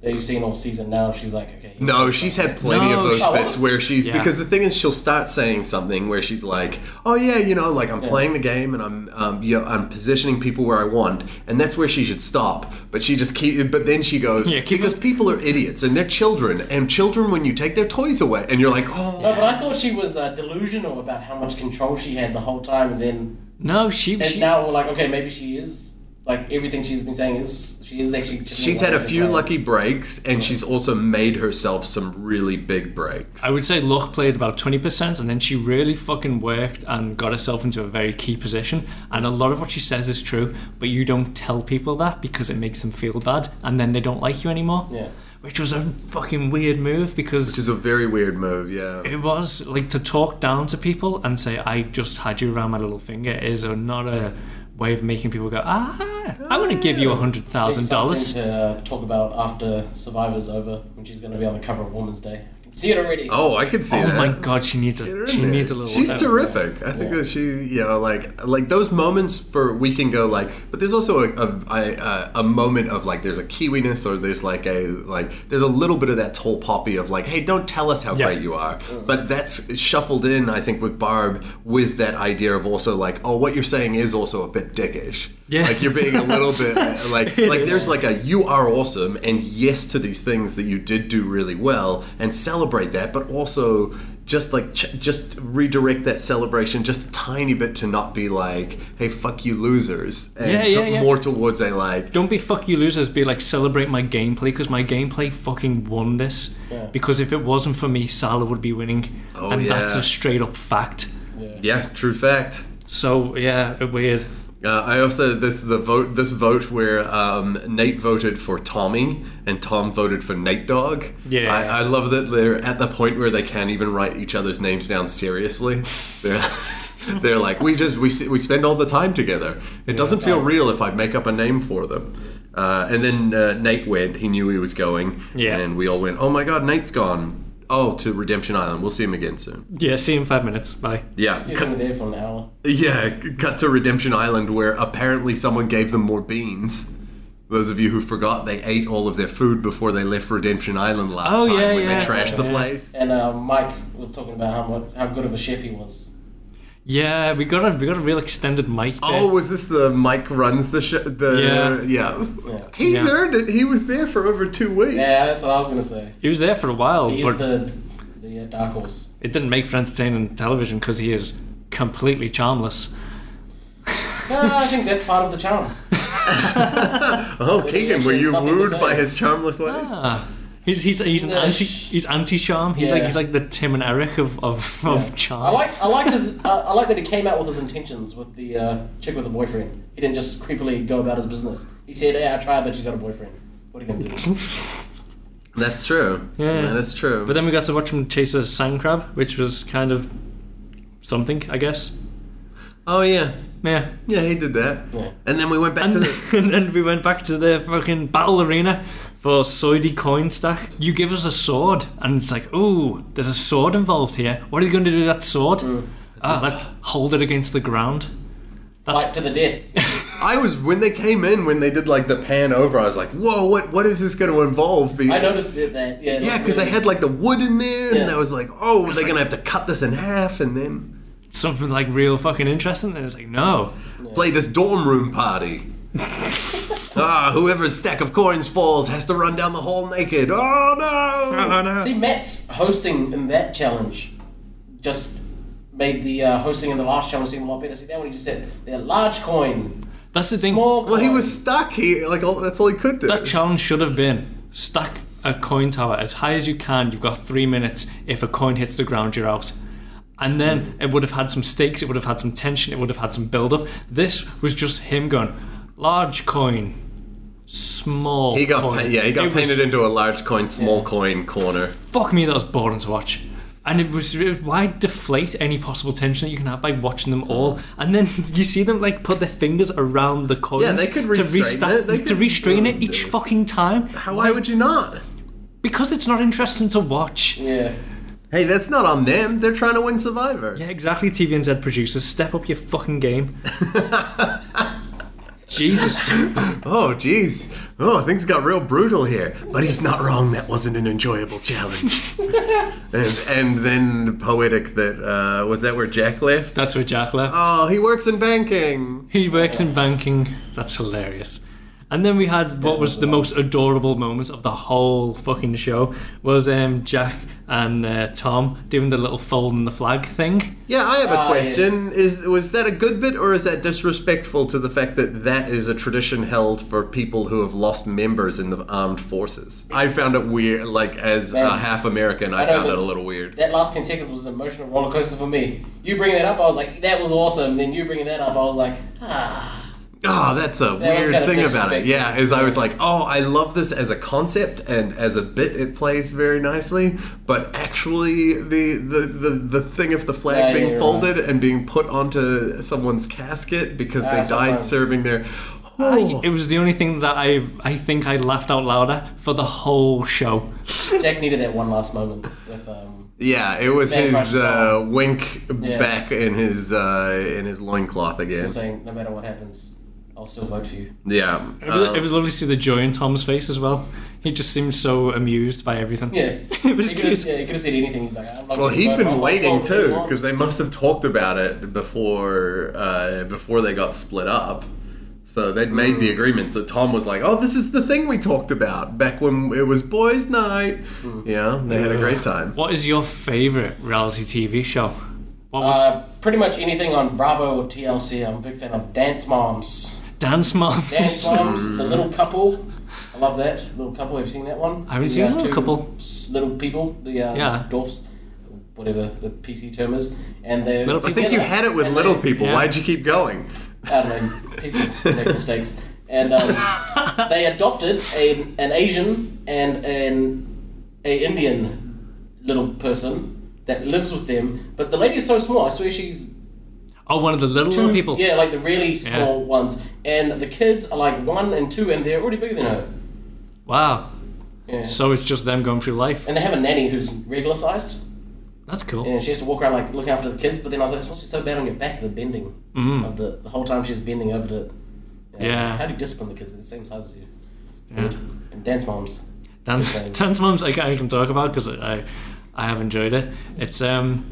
that you've seen all season now. She's like, okay. No, she's had plenty No, of those she- bits where she's Yeah. because the thing is she'll start saying something where she's like, "Oh yeah, you know, like I'm playing the game and I'm um, you know, I'm positioning people where I want," and that's where she should stop. But she just keep. But then she goes, Yeah, keep- "Because people are idiots and they're children, and children when you take their toys away, and you're like, oh, No, but I thought she was uh, delusional about how much control she had the whole time, and then No, she. and she now we're like, okay, maybe she is like everything she's been saying is she is actually. just she's like had a few guy. lucky breaks, and she's also made herself some really big breaks." I would say Luck played about 20%, and then she really fucking worked and got herself into a very key position. And a lot of what she says is true, but you don't tell people that because it makes them feel bad, and then they don't like you anymore. Yeah. Which was a fucking weird move because which is a very weird move, yeah. it was like to talk down to people and say, I just had you around my little finger is a, not a way of making people go, ah, I'm going to give you a It's $100,000. something to uh, talk about after Survivor's over, when she's going to be on the cover of Woman's Day. I can see it already. Oh, I could see Oh that. my god, she needs Get her a in she there. needs a little. She's uh, terrific. I think Yeah. that she, you know, like like those moments for we can go like, but there's also a a, a a moment of like there's a kiwiness or there's like a like there's a little bit of that tall poppy of like, hey, don't tell us how Yeah. great you are, but that's shuffled in. I think with Barb with that idea of also like, oh, what you're saying is also a bit dickish. Yeah. like you're being a little bit uh, like It like is. there's like a you are awesome and yes to these things that you did do really well and celebrate that but also just like ch- just redirect that celebration just a tiny bit to not be like hey fuck you losers and Yeah, to- yeah, yeah. more towards a like Don't be fuck you losers. Be like celebrate my gameplay because my gameplay fucking won this. Yeah. Because if it wasn't for me, Salah would be winning, Oh, and that's yeah. a straight up fact. yeah true fact So yeah, weird. Uh, I also this the vote this vote where um, Nate voted for Tommy and Tom voted for Nate Dog. Yeah. I, I love that they're at the point where they can't even write each other's names down seriously. They're they're like we just we s- we spend all the time together. It doesn't feel real if I make up a name for them. Uh, and then uh, Nate went. He knew he was going. Yeah. And we all went. Oh my God, Nate's gone. Oh, to Redemption Island. We'll see him again soon. Yeah, see you in five minutes. Bye. Yeah. You've Cut- been there for an hour. yeah, c- cut to Redemption Island where apparently someone gave them more beans. Those of you who forgot they ate all of their food before they left Redemption Island last Oh, time yeah, when yeah, they trashed the yeah. place. And uh, Mike was talking about how much, how good of a chef he was. Yeah, we got a we got a real extended mic. there. Oh, was this the Mike runs the show? The, yeah. Yeah. He's Yeah. earned it. He was there for over two weeks. Yeah, that's what I was going to say. he was there for a while, He but is the the uh, dark horse. it didn't make for entertaining television because he is completely charmless. No, I think that's part of the charm. Oh, Keegan, were There's you nothing to wooed say. by his charmless ways? Ah, he's he's he's an Yeah, anti sh- he's anti charm. He's like Yeah. he's like the Tim and Eric of of, of charm. I like I like his I, I like that he came out with his intentions with the uh, chick with a boyfriend. He didn't just creepily go about his business. He said, "Yeah, I tried, but she's got a boyfriend. What are you gonna do?" That's true. Yeah. That is true. But then we got to watch him chase a sand crab, which was kind of something, I guess. oh, yeah. Yeah. Yeah, he did that. Yeah. And then we went back And, to the. and then we went back to the fucking battle arena for Soidy coin stack. You give us a sword, and it's like, ooh, there's a sword involved here. What are you going to do with that sword? Ah, like hold it against the ground. Fight to the death. I was when they came in when they did like the pan over. I was like, "Whoa, what? What is this going to involve?" Be- I noticed that. that yeah, Yeah, because they had like the wood in there, and Yeah. I was like, "Oh, they're going to have to cut this in half and then Something like real fucking interesting. And it's like, no. play this dorm room party." ah, whoever's stack of coins falls has to run down the hall naked. Oh no! Oh, no. See, Matt's hosting in that challenge just made the uh, hosting in the last challenge seem a lot better. See that when he just said, "They're large coin, That's the thing. small." Coin. Well, he was stuck. He like all, that's all he could do. That challenge should have been stack a coin tower as high as you can. You've got three minutes. If a coin hits the ground, you're out. And then it would have had some stakes. It would have had some tension. It would have had some build up. This was just him going large coin, small. he got coin. pa- yeah, he got It was- painted into a large coin, small coin corner. fuck me, that was boring to watch. And it was why deflate any possible tension that you can have by watching them all, and then you see them like put their fingers around the coins Yeah, they could restrain to, it. They to could- restrain it each This. fucking time. How, why would you not? Because it's not interesting to watch. Yeah. Hey, that's not on them. They're trying to win Survivor. Yeah, exactly. TVNZ producers, step up your fucking game. Jesus. Oh, jeez. Oh, things got real brutal here. But he's not wrong. That wasn't an enjoyable challenge. and, and then poetic that uh, was that where Jack left. That's where Jack left. Oh, he works in banking. He works in banking. That's hilarious. And then we had what was the most adorable moment of the whole fucking show was um, Jack and uh, Tom doing the little fold in the flag thing. Yeah, I have a Ah, question. Is was that a good bit or is that disrespectful to the fact that that is a tradition held for people who have lost members in the armed forces? I found it weird. Like as a Man. half American, I, I don't found know. it a little weird. That last 10 seconds was an emotional roller coaster for me. You bringing that up, I was like, that was awesome. Then you bringing that up, I was like, ah. Oh, that's a was weird kinda thing about it. disrespectful. Yeah, is I was like, oh, I love this as a concept and as a bit, it plays very nicely. But actually, the the the, the thing of the flag Yeah, yeah, being you're folded and being put onto someone's casket because Ah, they died sometimes. serving their. I, Oh, it was the only thing that I I think I laughed out louder for the whole show. Jack needed that one last moment with, um, yeah, it was Very his much uh, so. wink Yeah. back in his uh, in his loincloth again. saying, no matter what happens, I'll still vote for you. Yeah, It was, um, it was lovely to see the joy in Tom's face as well. He just seemed so amused by everything. Yeah. it was he could have, cute. yeah, he could have said anything. He's like, I'm not Well, gonna he'd vote. I'll been vote waiting for what too you want. because they must have talked about it before uh, before they got split up. So they'd made the agreement. So Tom was like, "Oh, this is the thing we talked about back when it was boys' night." Yeah, they had a great time. What is your favourite reality TV show? What would- Uh, pretty much anything on Bravo or TLC. I'm a big fan of Dance Moms. Dance Mom. Dance Moms, The Little Couple. I love that. Little Couple, have you seen that one? I haven't The, seen uh, Little two Couple. s- Little people, the uh, Yeah. dwarfs, whatever the PC term is. And they Little I think you had it with little people. Yeah. Why'd you keep going? I don't know, people make mistakes. And um, they adopted a, an Asian and an a Indian little person that lives with them. But the lady is so small, I swear she's Oh, one of the little, little people. Yeah, like the really small ones. And the kids are like one and two, and they're already bigger than her. Wow. Yeah. So it's just them going through life. and they have a nanny who's regular sized, That's cool. and she has to walk around like looking after the kids. But then I was like, "This must be so bad on your back, the bending of the, the whole time she's bending over the." Mm. Yeah. How do you discipline the kids? They're the same size as you. Yeah. And dance moms. Dance, Good times. dance moms. I, can- I can talk about because I, I have enjoyed it. It's um,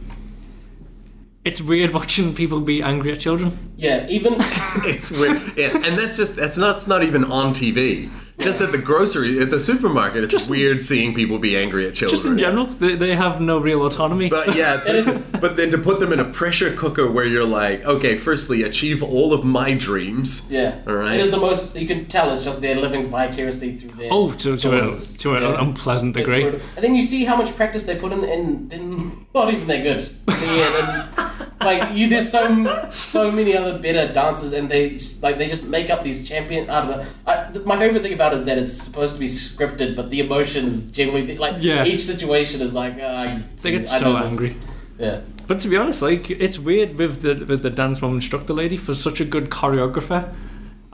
it's weird watching people be angry at children. Yeah. Even It's weird, yeah, and that's just that's not it's not even on TV. Just at the grocery, at the supermarket, it's weird seeing people be angry at children. Just in general, they, they have no real autonomy. so- But yeah, That to, is- but then to put them in a pressure cooker where you're like, okay, firstly, achieve all of my dreams. yeah. All right. It is the most you can tell. It's just they're living vicariously through their. Oh, to to, a, daughters. to an Yeah. unpleasant It's degree. brutal. And then you see how much practice they put in, and then not even that good. Yeah, then, like you, there's so m- so many other better dancers, and they s- like they just make up these champion. I don't know. I, th- my favorite thing about it is that it's supposed to be scripted, but the emotion is generally like Yeah. each situation is like uh, I They get I so know this. angry. Yeah, But to be honest, like it's weird with the with the dance mom instructor lady for such a good choreographer.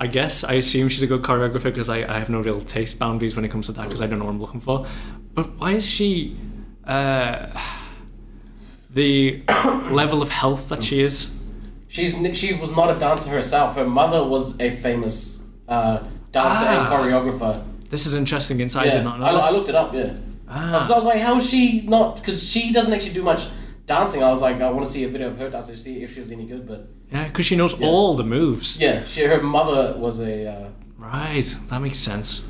I guess I assume she's a good choreographer because I, I have no real taste boundaries when it comes to that because I don't know what I'm looking for. But why is she uh, the level of health that she is? she's n- she was not a dancer herself. Her mother was a famous uh, dancer Ah. and choreographer. This is interesting insight. I Yeah, did not know. I, lo- this. I looked it up. Yeah, so I was like, how is she not? Because she doesn't actually do much dancing. I was like, I want to see a video of her dancing to see if she was any good. But yeah, because she knows all the moves. yeah, she her mother was a uh, Right, that makes sense.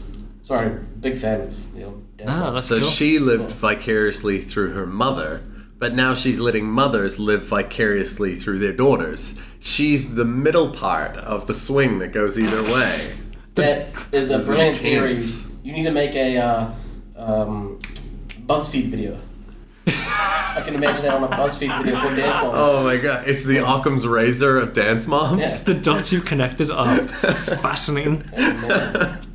sorry, big fan of the old dance. Ah, moms. that's So cool. she lived vicariously through her mother, but now she's letting mothers live vicariously through their daughters. She's the middle part of the swing that goes either way. that is a This is brilliant intense. theory. You need to make a uh, um, BuzzFeed video. I can imagine that on a BuzzFeed video for dance moms. Oh my god, it's the Occam's razor of dance moms. Yeah. the dots you connected are fascinating.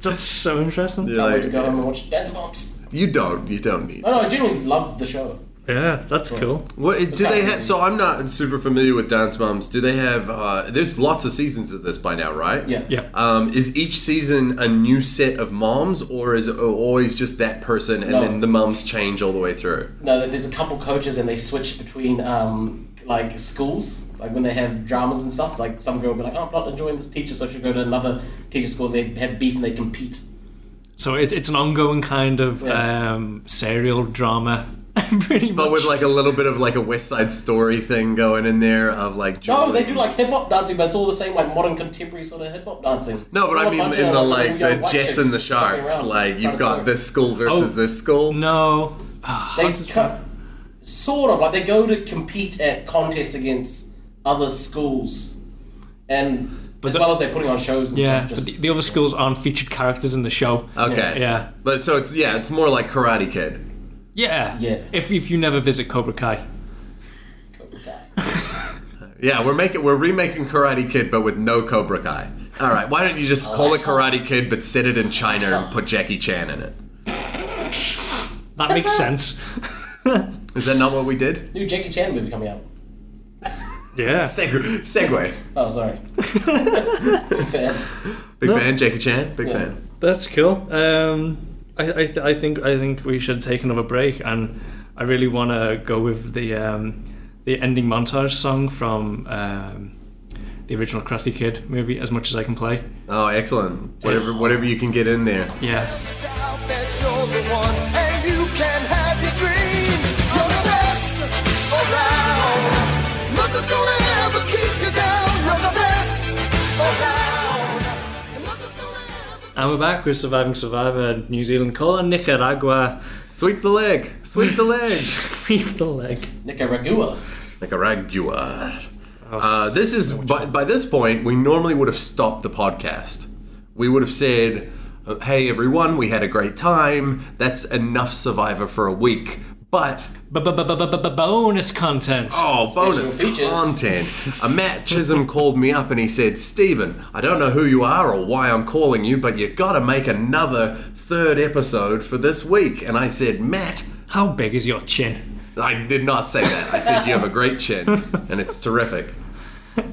That's so interesting. You're I went to like, go home and watch dance moms. you don't, you don't need. No, no, I genuinely love the show. Yeah, that's cool. What do kind they of have? So I'm not super familiar with Dance Moms. Do they have? Uh, there's lots of seasons of this by now, right? Yeah. Yeah. Um, is each season a new set of moms, or is it always just that person, and No. then the moms change all the way through? No, there's a couple coaches and they switch between um, like schools. Like when they have dramas and stuff, like some girl will be like, "Oh, I'm not enjoying this teacher," so she'll go to another teacher school and they have beef and they compete. So it's it's an ongoing kind of Yeah. um, serial drama, pretty much. But with like a little bit of like a West Side Story thing going in there of like. No, Jordan- they do like hip hop dancing, but it's all the same like modern contemporary sort of hip hop dancing. No, but All I a mean bunch in of, the like, like young the white Jets chicks and the jumping Sharks, around, like trying you've to got talk. this school versus Oh. this school. no. Ah, They what's this co- sort of like they go to compete at contests against other schools, and as the- well as they're putting on shows and Yeah, stuff. Just, Uh. but the, the other schools aren't featured characters in the show. Okay. Yeah. But so it's yeah, it's more like Karate Kid. Yeah. Yeah. If if you never visit Cobra Kai. Yeah, we're making we're remaking Karate Kid, but with no Cobra Kai. All right, why don't you just call it Oh, that's all. Karate Kid, but set it in China That's all. and put Jackie Chan in it? That makes sense. Is that not what we did? new Jackie Chan movie coming out. yeah. Seg- segue. Oh, sorry. Fair. Big fan, Jackie Chan. Big fan. That's cool. Um, I I, th- I think I think we should take another break, and I really want to go with the um, the ending montage song from um, the original Krusty Kid movie, as much as I can play. Oh, excellent. Whatever, whatever you can get in there. Yeah. doubt that you're the one and you can have your dream. You're the best around. Nothing's gonna ever keep you down. You're the best around. Nothing's gonna ever And we're back with Surviving Survivor New Zealand colon Nicaragua. Sweep the leg. Sweep the leg. Sweep the leg. Nicaragua. Nicaragua. Uh, this is by, by this point we normally would have stopped the podcast. We would have said, uh, "Hey everyone, we had a great time. That's enough Survivor for a week." But Bonus content. oh, bonus features. content! Uh, Matt Chisholm called me up and he said, "Steven, I don't know who you are or why I'm calling you, but you got to make another third episode for this week." And I said, "Matt." How big is your chin? I did not say that. I said you have a great chin, and it's terrific.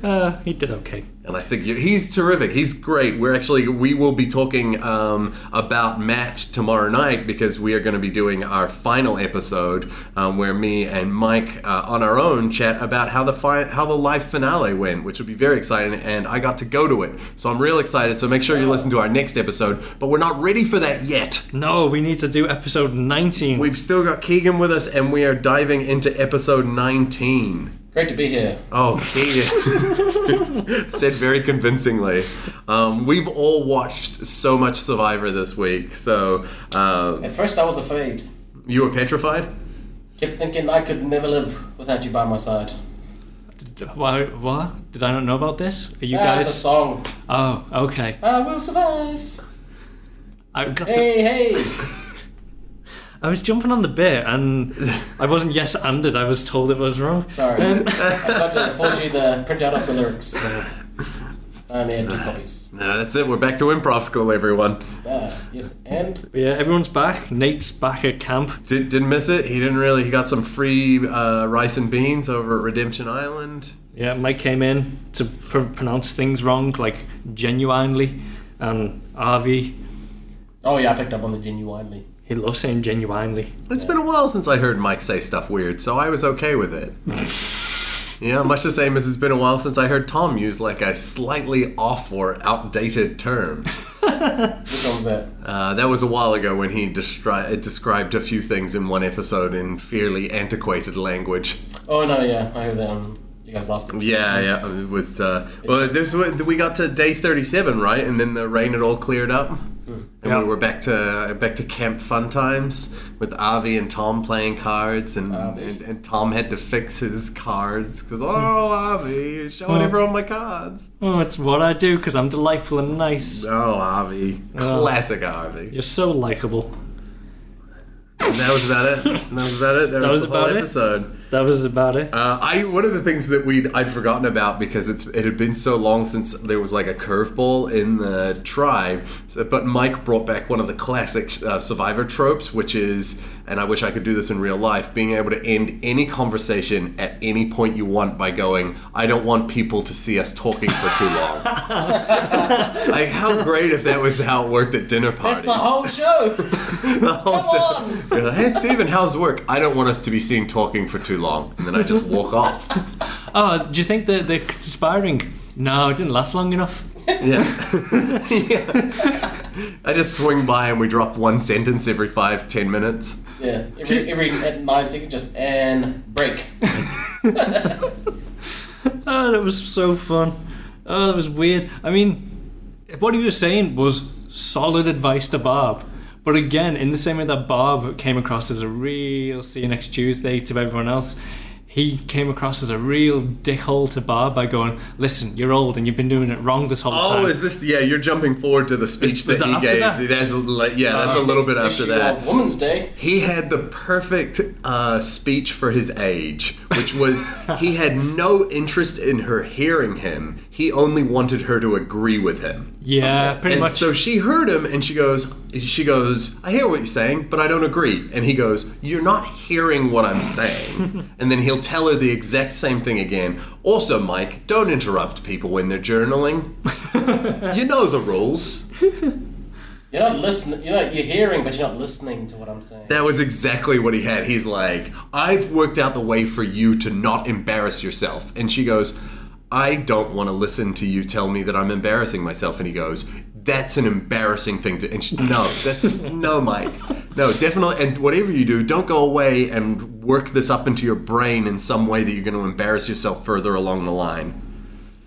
Uh, he did okay. And I think you- he's terrific. He's great. We're actually we will be talking um, about Matt tomorrow night because we are going to be doing our final episode um, where me and Mike uh, on our own chat about how the fi- how the live finale went, which will be very exciting. And I got to go to it, so I'm real excited. So make sure you listen to our next episode. But we're not ready for that yet. No, we need to do episode 19. We've still got Keegan with us, and we are diving into episode 19. Great to be here. Oh, Keegan. Said very convincingly. Um, we've all watched so much Survivor this week, so um, At first, I was afraid. you were petrified? Kept thinking I could never live without you by my side. Why, what? Did I not know about this? Are you That's a guys? song. Oh, okay. I will survive. I got the, Hey, hey. I was jumping on the bit and I wasn't yes anded. I was told it was wrong. Um, Sorry. I forgot to forge you the printout of the lyrics. I only had two copies. No, that's it. We're back to improv school, everyone. Ah, yes, and But yeah, everyone's back. Nate's back at camp. Did, didn't miss it. He didn't really. He got some free uh, rice and beans over at Redemption Island. Yeah, Mike came in to pr- pronounce things wrong, like genuinely, and Avi. oh yeah, I picked up on the genuinely. He loves saying genuinely. It's been a while since I heard Mike say stuff weird, so I was okay with it. yeah, much the same as it's been a while since I heard Tom use like a slightly off or outdated term. Which one was that? Uh, that was a while ago when he destri- uh, described a few things in one episode in fairly antiquated language. Oh no, yeah, I heard that. Um, you guys lost it. Yeah, yeah, it was. Uh, well, this was, we got to day thirty-seven, right, and then the rain had all cleared up, and Yeah. we were back to back to camp fun times with Avi and Tom playing cards, and Avi. and, and Tom had to fix his cards because oh, Avi, you're showing Oh. everyone my cards. Oh, it's what I do because I'm delightful and nice. Oh, Avi, classic Avi. You're so likable. And that was about it. That was about it. That, was, was the about whole it? episode. That was about it. Uh, I one of the things that we would I'd forgotten about because it's it had been so long since there was like a curveball in the tribe. So, but Mike brought back one of the classic uh, Survivor tropes, which is, and I wish I could do this in real life, being able to end any conversation at any point you want by going, "I don't want people to see us talking for too long." like how great if that was how it worked at dinner parties. That's the whole show. The whole Come show. You're like, hey, Stephen, how's work? I don't want us to be seen talking for too long. And then I just walk off. Oh, do you think the the conspiring? No, it didn't last long enough. Yeah. yeah. I just swing by and we drop one sentence every five, ten minutes. Yeah, every, every at nine seconds, just and break. Oh, that was so fun. Oh, that was weird. I mean, what he was saying was solid advice to Barb. But again, in the same way that Barb came across as a real see you next Tuesday to everyone else, he came across as a real dickhole to Barb by going, Listen, you're old and you've been doing it wrong this whole time. Oh, is this? Yeah, you're jumping forward to the speech Is- was that, that he after gave. that? Oh, That's like, yeah, that's a little bit after Issue Of that. Women's Day. He had the perfect uh, speech for his age, which was he had no interest in her hearing him. He only wanted her to agree with him. yeah, pretty and much. so she heard him and she goes she goes i hear what you're saying but i don't agree and he goes you're not hearing what i'm saying and then he'll tell her the exact same thing again also mike don't interrupt people when they're journaling you know the rules You're not listening. You're not. You're hearing, but you're not listening to what I'm saying. that was exactly what he had he's like i've worked out the way for you to not embarrass yourself and she goes I don't want to listen to you tell me that I'm embarrassing myself. And he goes, That's an embarrassing thing to. And she, no, that's no, Mike. No, definitely. And whatever you do, don't go away and work this up into your brain in some way that you're going to embarrass yourself further along the line.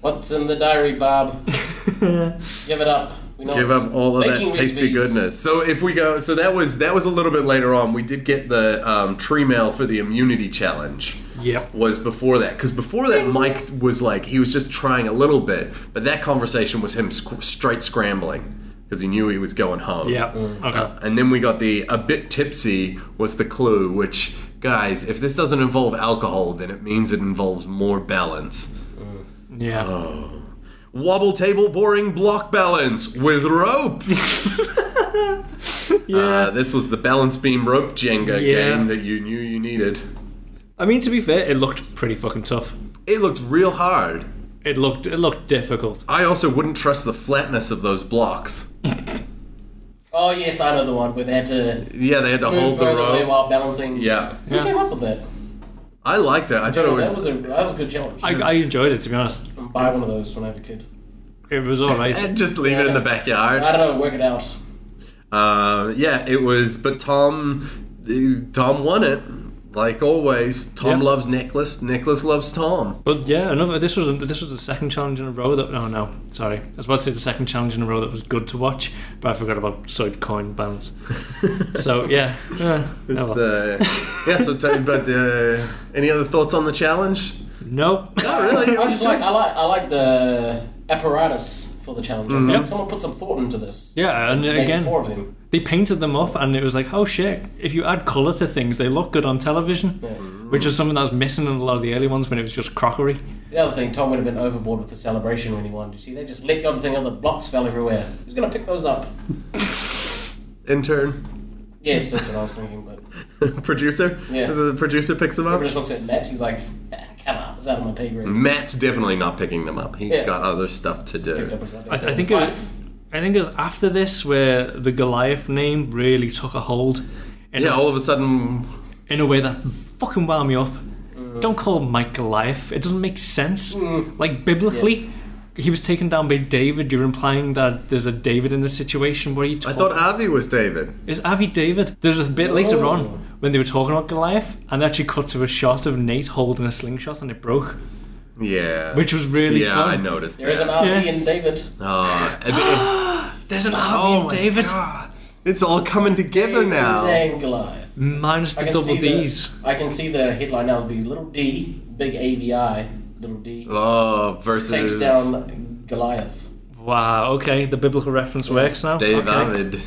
What's in the diary, Bob? Give it up. We know Give it's up all of that baking tasty recipes. goodness. So if we go, so that was that was a little bit later on. We did get the um, tree mail for the immunity challenge. Yep. was before that because before that Mike was like he was just trying a little bit, but that conversation was him sc- straight scrambling because he knew he was going home. Yeah. Mm. Okay. And then we got the a bit tipsy was the clue, which guys, if this doesn't involve alcohol, then it means it involves more balance. uh, yeah. oh. Wobble table boring block balance with rope. yeah. Uh, this was the balance beam rope Jenga Yeah. game that you knew you needed. I mean, to be fair, it looked pretty fucking tough. It looked real hard. It looked it looked difficult. I also wouldn't trust the flatness of those blocks. Oh yes, I know the one where they had to Yeah, they had to move hold the further away rope. while balancing. Yeah. Who Yeah. came up with that? I liked it. I thought it Oh, was. that was a that was a good challenge. I, I enjoyed it to be honest. buy one of those when I have a kid. It was alright. and just leave it in the I backyard. don't know. Work it out. Uh, yeah, it was. But Tom, Tom won it, like always. Tom Yeah. loves necklace. Necklace loves Tom. But yeah, another this was this was the second challenge in a row that no no sorry I was about to say the second challenge in a row that was good to watch, but I forgot about side coin balance. so yeah, uh, It's oh well. the yeah. So, tell you about the. Any other thoughts on the challenge? nope. Oh, really? I just like I like I like the apparatus for the challenges. Like, Mm-hmm. Yep. someone put some thought into this. Yeah, and Made again four of them. they painted them up, and it was like oh shit, if you add color to things, they look good on television, which is something that was missing in a lot of the early ones when it was just crockery. The other thing, Tom would have been overboard with the celebration when he won. Did you see? They just let go of the thing, other blocks fell everywhere. Who's gonna pick those up? Intern, Yes, that's what I was thinking. But producer. Yeah. Is it the producer picks them up? everyone just looks at Matt. He's like, "Ah, "Come on, it's out of my pay grade." Matt's definitely not picking them up. He's Yeah. got other stuff to do. Picked up a goddamn I, thing I in think it his was, life. I think it was after this where the Goliath name really took a hold. In, Yeah, a, all of a sudden, in a way that fucking wound me up. Don't call Mike Goliath. It doesn't make sense. Like biblically, he was taken down by David. You're implying that there's a David in this situation where he. I Told, thought Avi was David. is Avi David. There's a bit later on when they were talking about Goliath, and they actually cut to a shot of Nate holding a slingshot, and it broke, Yeah. which was really yeah, fun. I noticed. There is that. an RV Yeah. in David. Uh, and it- oh There's an Avi and David it's all coming together now. And Goliath. minus I the can double see the- D's. I can see the headline now. It'll be little D, big AVI, little D Oh, versus takes down Goliath. Wow, okay, the biblical reference works now. Dave okay. Ahmed.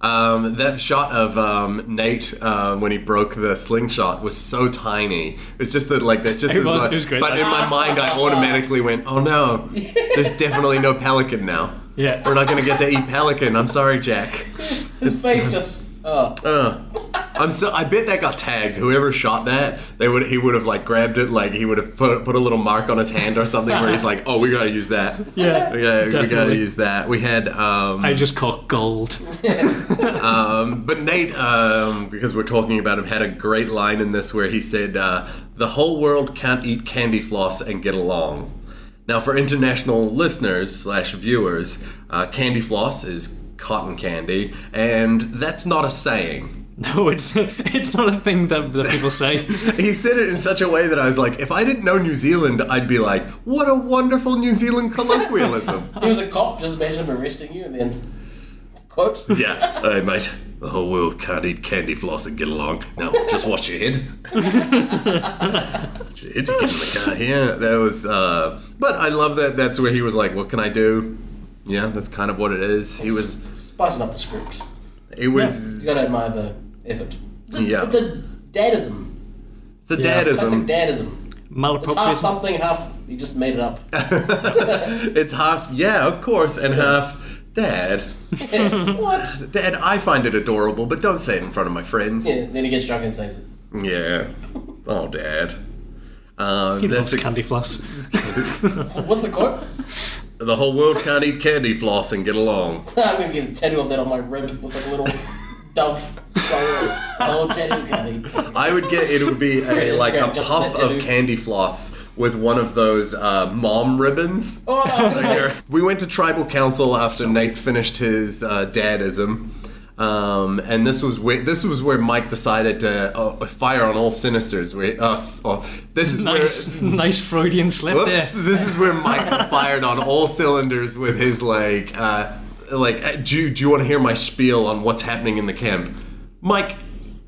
Um, that shot of um, Nate um, when he broke the slingshot was so tiny. It's just that, like, that just It is was- like- it was great. But in my mind, I automatically went, "Oh no, there's definitely no pelican now. Yeah. We're not going to get to eat pelican." I'm sorry, Jack. His face just. Oh. Uh, I'm so. I bet that got tagged. Whoever shot that, they would. He would have like grabbed it. Like he would have put put a little mark on his hand or something where he's like, "Oh, we gotta use that. Yeah, we gotta, we gotta definitely. use that." We had. Um, I just caught gold. um, but Nate, um, because we're talking about him, had a great line in this where he said, uh, "The whole world can't eat candy floss and get along." Now, for international listeners slash viewers, uh, candy floss is cotton candy, and that's not a saying. No, Oh, it's it's not a thing that, that people say. He said it in such a way that I was like, if I didn't know New Zealand, I'd be like, what a wonderful New Zealand colloquialism. He was a cop, just imagine him arresting you and then. Quote. yeah, hey mate, the whole world can't eat candy floss and get along. Now, just watch your head. watch your head, you get in the car here. That was, uh, but I love that that's where he was like, what can I do? Yeah, that's kind of what it is. He was, Spicing up the script. it You was gotta admire the effort. It's a, Yeah. it's a dadism. the Yeah. Classic dadism. dadism. It's half Malapropism. something, half you just made it up. It's half, yeah, of course, and half, dad. what? Dad, I find it adorable, but don't say it in front of my friends. Yeah, then he gets drunk and says it. Yeah. Oh, Dad. Um, He that's loves ex- candy floss. What's the quote? the whole world can't eat candy floss and get along. I'm gonna get a tattoo of that on my rib with like a little dove. Oh, tattoo candy. I would get it would be a, Instagram, like a just puff let of do. candy floss with one of those uh, mom ribbons. Oh, I was gonna say, We went to tribal council after Nate finished his uh, dadism. Um, and this was where this was where Mike decided to uh, fire on all sinisters. Where us, oh, this is where, Nice, nice Freudian slip Whoops! there. This is where Mike fired on all cylinders with his like, uh, like. uh, Do you, do you want to hear my spiel on what's happening in the camp, Mike?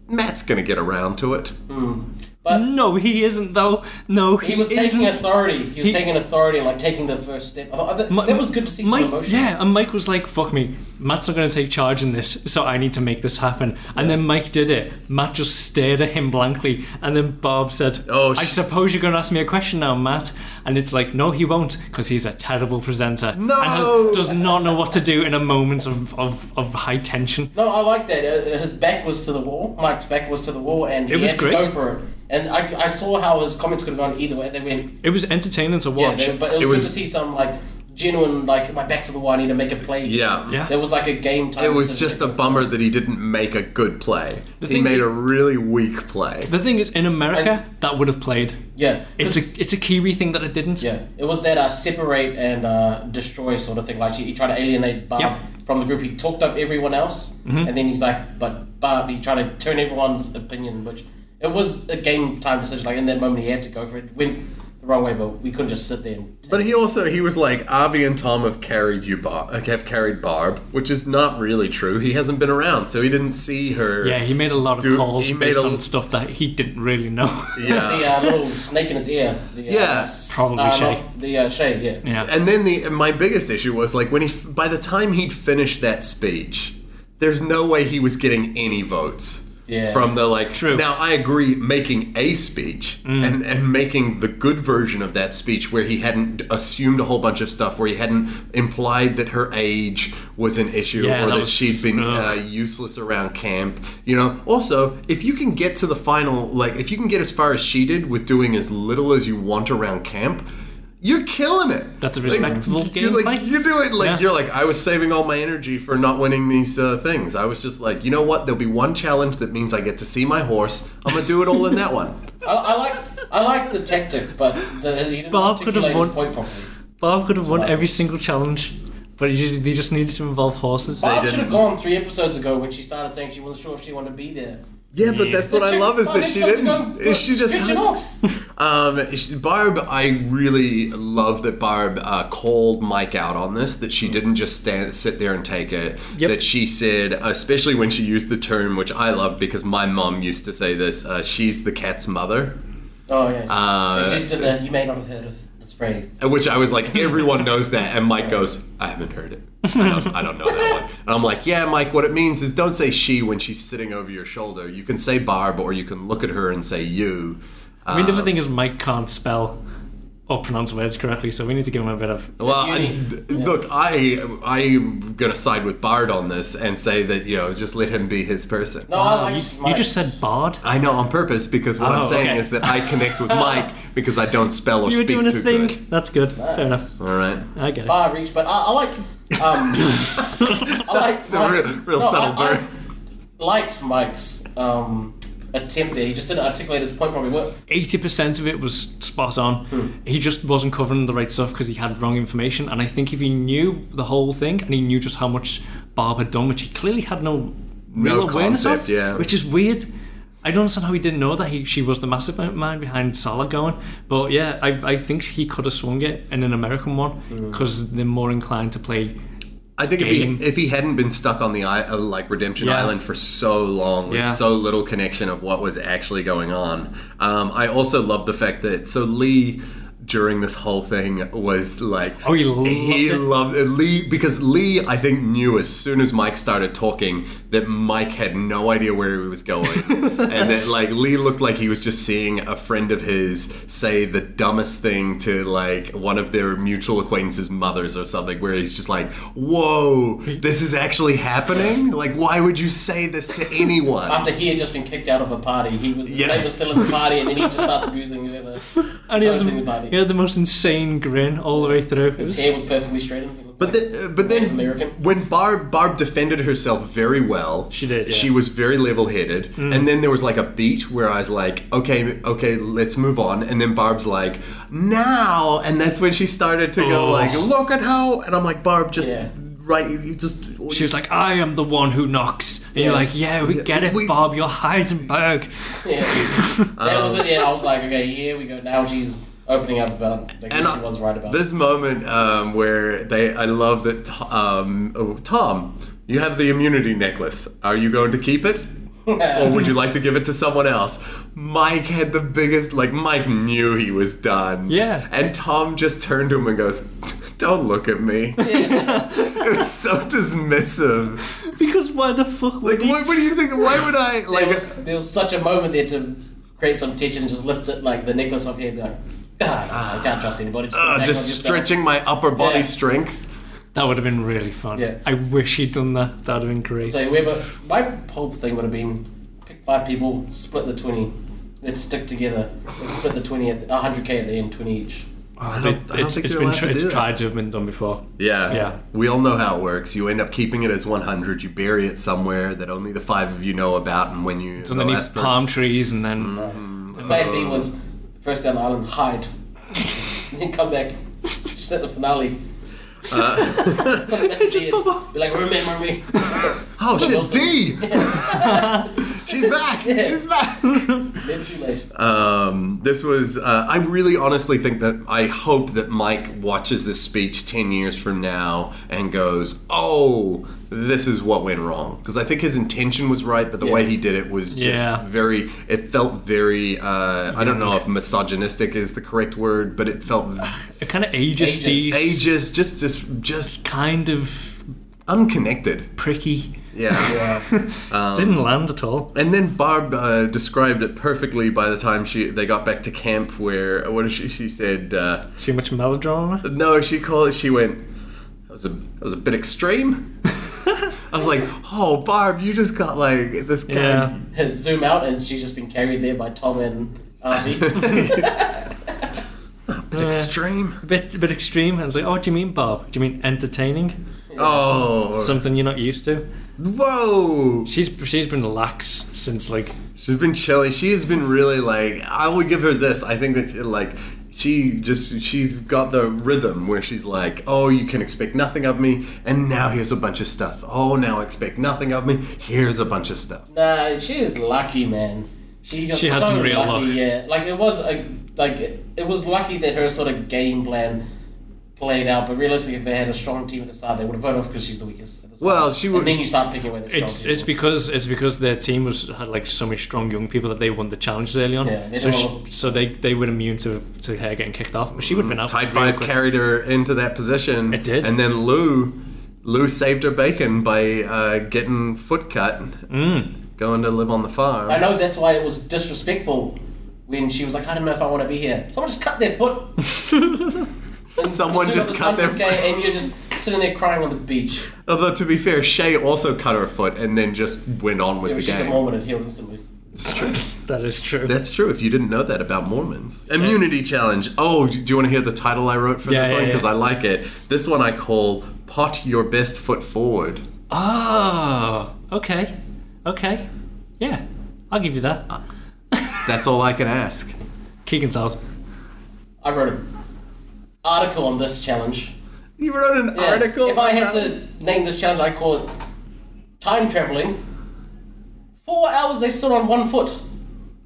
Matt's gonna get around to it. Mm-hmm. No, he isn't though. No, he, he was isn't. taking authority. He was He- taking authority and like taking the first step. I thought, that, Mi- that was good to see some Mike, emotion. Yeah, and Mike was like, "Fuck me, Matt's not going to take charge in this, so I need to make this happen." And then Mike did it. Matt just stared at him blankly, and then Bob said, Oh, I sh- suppose you're going to ask me a question now, Matt." And it's like, "No, he won't, because he's a terrible presenter No! and has, does not know what to do in a moment of of, of high tension." No, I like that. Uh, His back was to the wall. Mike's back was to the wall, and he was had great. to go for it. And I, I saw how his comments could have gone either way. They went, It was entertaining to yeah, watch. they- but it was, It good was- to see some like genuine like my back's to the wall. I need to make a play. Yeah. Yeah. there was like a game time. It was decision. just a bummer that he didn't make a good play. He thing made is- a really weak play. the thing is, in America, that would have played. yeah. It's 'cause- a it's a Kiwi thing that it didn't. yeah. It was that uh, separate and uh, destroy sort of thing. Like he, he tried to alienate Barb Yep. Mm-hmm. from the group. He talked up everyone else, and then he's like, but Barb. He tried to turn everyone's opinion, which it was a game time decision. Like in that moment, he had to go for it. Went the wrong way, but we couldn't just sit there. And But he also he was like Avi and Tom have carried you Barb, have carried Barb, which is not really true. He hasn't been around, so he didn't see her. Yeah, he made a lot of Dude, calls he made based a- on stuff that he didn't really know. Yeah. the uh, little snake in his ear. The, uh, Yeah, s- probably uh, Shay. not- The uh, Shay, yeah. Yeah. And then the my biggest issue was like when he by the time he'd finished that speech, there's no way he was getting any votes. Yeah. From the like, True. Mm. now I agree. Making a speech and and making the good version of that speech where he hadn't assumed a whole bunch of stuff, where he hadn't implied that her age was an issue Yeah, or that that was- she'd been ugh. uh, useless around camp. You know. Also, if you can get to the final, like if you can get as far as she did with doing as little as you want around camp, you're killing it. That's a Like, respectable you're game, like, Mike. you're doing like Yeah. you're like I was saving all my energy for not winning these uh, things. I was just like, you know what? There'll be one challenge that means I get to see my horse. I'm gonna do it all in that one. I, I liked I liked the tactic, but the, he didn't Barb could have articulate his won- point properly. Bob could have won wild. every single challenge, but he just, they just needed to involve horses. Barb should didn't. have gone three episodes ago when she started saying she wasn't sure if she wanted to be there. Yeah, but that's what I Two love is that fucking she episodes ago, didn't. Is she just switch it off? Um, she- Barb, I really love that Barb uh, called Mike out on this. That she didn't just stand, sit there and take it. Yep. That she said, especially when she used the term, which I love because my mom used to say this. Uh, she's the cat's mother. Oh yeah. Uh, she did that. You may not have heard of this phrase. Which I was like, everyone knows that, and Mike goes, I haven't heard it. I don't, I don't know that one. And I'm like, yeah, Mike. What it means is don't say she when she's sitting over your shoulder. You can say Barb, or you can look at her and say you. I mean, the other thing is Mike can't spell or pronounce words correctly, so we need to give him a bit of. Well, I, uni. th- look, I I'm gonna side with Bard on this and say that you know just let him be his person. No, I like you, Smite. you just said bard. I know on purpose because what Oh, I'm saying okay. is that I connect with Mike because I don't spell or You were speak doing a too thing. good. That's good. Fair enough. Nice. All right. I get it. far reach, but I, I like. Um, I It's like a real, Mike's, real no, subtle I, burn. I liked Mike's um, attempt there. He just didn't articulate his point properly. Well, Eighty percent of it was spot on. Hmm. He just wasn't covering the right stuff because he had wrong information. And I think if he knew the whole thing and he knew just how much Barb had done, which he clearly had no No real awareness of, concept, yeah. which is weird. I don't understand how he didn't know that he, she was the mastermind behind Salah going. But yeah, I, I think he could have swung it in an American one Hmm. because they're more inclined to play. I think game. if he if he hadn't been stuck on the I- uh, like Redemption Yeah. Island for so long with Yeah. so little connection of what was actually going on, um, I also love the fact that so Lee during this whole thing was like Oh, he loved he it. loved it. uh, Lee because Lee I think knew as soon as Mike started talking that Mike had no idea where he was going and that like Lee looked like he was just seeing a friend of his say the dumbest thing to like one of their mutual acquaintances mothers or something where he's just like whoa this is actually happening like why would you say this to anyone after he had just been kicked out of a party, he was Yeah. they were still in the party, and then he just starts abusing whoever. And he had, Obviously the the, body. he had the most insane grin all the way through. It His was- hair was perfectly straightened. He looked But like then, uh, but Native then, American. when Barb Barb defended herself very well, She did, yeah. Mm. She was very level-headed, and then there was like a beat where I was like, "Okay, okay, let's move on." And then Barb's like, "Now," and that's when she started to go Oh. like, "Look at how," and I'm like, "Barb, just Yeah. right, you just." She was like, I am the one who knocks. And you're Yeah. like, yeah, we get it, we- Bob. You're Heisenberg. yeah, that Um, was it. Yeah, I was like, okay, here we go. Now she's opening up about. I guess And she was right about. this moment um, where they, I love that T- um, oh, Tom, you have the immunity necklace. Are you going to keep it? or would you like to give it to someone else? Mike had the biggest, like, Mike knew he was done. Yeah. And Tom just turned to him and goes, Don't look at me. it was so dismissive. Because why the fuck would Like, he? what, what do you think? Why would I, like, there was, there was such a moment there to create some tension and just lift it like the necklace off here and be like, ah, I can't trust anybody. Just, put it uh, back on just yourself." stretching my upper body Yeah. strength? That would have been really fun. Yeah. I wish he'd done that. That would have been great. So whoever my poll thing would have been pick five people, split the twenty. Let's stick together. Let's split the twenty at hundred K at the end, twenty each. I don't- I don't think Oh, it's you're been allowed to it's do that. tried to have been done before. Yeah. Yeah. We all know how it works. You end up keeping it as 100. You bury it somewhere that only the five of you know about, and when you. It's underneath last person- palm trees and then Mm-hmm. Plan B was first down the island, hide. then come back. Just at the finale. Put the message in. Be like, remember me. Oh shit, Wilson. D! She's back! She's back! Never too late. Um, this was. Uh, I really, honestly think that I hope that Mike watches this speech ten years from now and goes, "Oh, this is what went wrong." Because I think his intention was right, but the way Yeah. he did it was just Yeah. very. It felt very. Uh, I don't know if misogynistic is the correct word, but it felt it kind of ages Ages. Steve. ages, just just just Kind of unconnected. pricky. yeah. Um, Didn't land at all. And then Barb uh, described it perfectly by the time she they got back to camp where what did she she said uh, Too much melodrama. no she called she went that was a that was a bit extreme. I was like, oh Barb, you just got like this guy. Yeah. Zoom out and she's just been carried there by Tom and Harvey. Bit extreme. A bit, a bit extreme. And it's like, oh, what do you mean, Bob? Do you mean entertaining? Oh, Something you're not used to. whoa! She's she's been lax since like She's been chilling. She has been really like. I will give her this. I think that like she just she's got the rhythm where she's like, oh, you can expect nothing of me, and now here's a bunch of stuff. Oh, now expect nothing of me. Here's a bunch of stuff. Nah, she is lucky, man. She got She had so some real lucky, luck. yeah. Like it was a like it was lucky that her sort of game plan played out. But realistically, if they had a strong team at the start, they would have voted off because she's the weakest. At the start. Well, she And would. then you start picking away the strong It's people. it's because it's because their team was had like so many strong young people that they won the challenges early on. Yeah, they so don't sh all- so they they were immune to to her getting kicked off, but she would have been out. Tide real Five quick. carried her into that position. It did. And then Lou, Lou saved her bacon by uh, getting foot cut, going to live on the farm. I know that's why it was disrespectful when she was like, I don't know if I want to be here. Someone just cut their foot. And Someone stood just up this cut their 100K foot. And you're just sitting there crying on the beach. Although to be fair, Shay also cut her foot and then just went on with Yeah, the she's a game. Mormon and healed instantly. It's true. That is true. That's true. If you didn't know that about Mormons, immunity challenge. Oh, do you want to hear the title I wrote for Yeah, this yeah, one? yeah. Because I like it. This one I call "Pot Your Best Foot Forward." oh, okay. Okay. Yeah, I'll give you that. That's all I can ask. Keegan's house. I wrote an article on this challenge. You wrote an Yeah, article. If I had about- to name this challenge, I call it time traveling. Four hours they stood on one foot.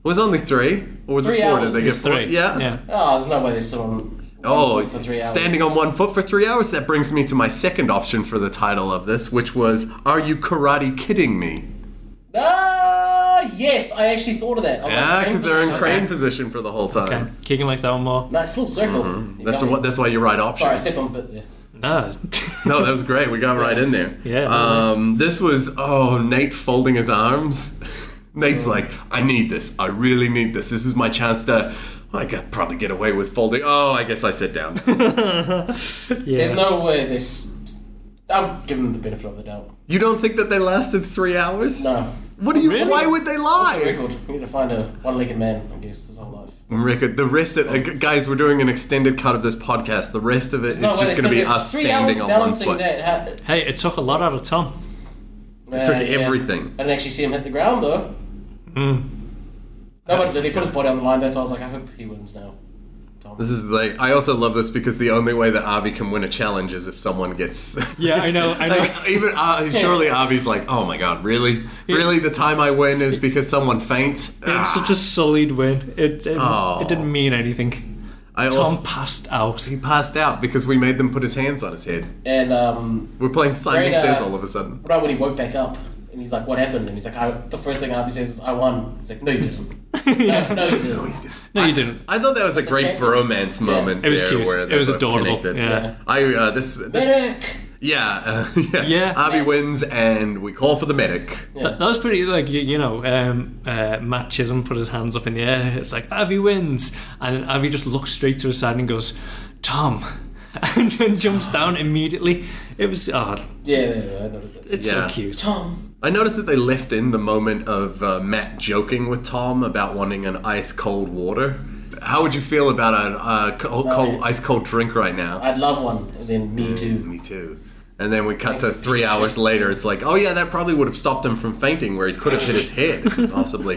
was it only three, or was Three it four? hours. Did they get It's four? Three. Yeah. Yeah. Oh, there's no way they stood on one Oh, foot for three hours. standing on one foot for three hours. That brings me to my second option for the title of this, which was "Are you karate kidding me?" Ah, yes, I actually thought of that. I was Yeah, like, because Ah, they're in okay. crane position for the whole time. Okay. Um, Keegan likes that one more. No, it's full circle. You Mm-hmm. That's got what. me. That's why you write options. Sorry, I stepped on a bit there. No. No, that was great. We got right in there. Yeah, that was- Um, this was oh Nate folding his arms. Nate's Mm. like, I need this. I really need this. This is my chance to. I could probably get away with folding. Oh, I guess I sit down. yeah. There's no way this. I'll give them the benefit of the doubt. you don't think that they lasted three hours? No. What do you? Really? Why would they lie? Record. We need to find a one-legged man, I guess, his whole life. Record. The rest of uh, guys, we're doing an extended cut of this podcast. The rest of it is No way just they going to be stood there. us Three standing hours on one balancing foot. That. How, Hey, it took a lot out of Tom. It took everything. I didn't actually see him hit the ground though. No, but did he put his body on the line? That's why I was like, I hope he wins now. Tom. This is like I also love this because the only way that Avi can win a challenge is if someone gets. Yeah, I know, I know. Like, even uh, surely Avi's like, oh my god, really, really, the time I win is because someone faints. Ah, It's such a solid win. It it, Oh. it didn't mean anything. I Tom also passed out. he passed out because we made them put his hands on his head. And um, We're playing Simon Great, uh, Says all of a sudden. what about when he woke back up? And he's like, "What happened?" And he's like, I, "The first thing Harvey says is, I won." He's like, "No, you didn't. No, no, you didn't." No, you didn't. I thought that was a great champion. bromance moment. It was there cute. Where they It was both adorable. Connected. Yeah. I uh, this, this Medic. yeah, uh, yeah Yeah. Avi Yes. wins and we call for the medic. That, that was pretty, like, you, you know, um, uh, Matt Chisholm put his hands up in the air. It's like, Avi wins. And then Avi just looks straight to his side and goes, Tom. And then jumps down immediately. It was, oh, Yeah, yeah, yeah, I noticed that. it's Yeah. so cute. Tom. I noticed that they left in the moment of uh, Matt joking with Tom about wanting an ice cold water. How would you feel about an uh, cold, cold, yeah. ice cold drink right now? I'd love one. And then me too. Me too. And then we cut to Thanks, three piece of hours shit. later. It's like, oh yeah, that probably would have stopped him from fainting, where he could have hit his head, possibly.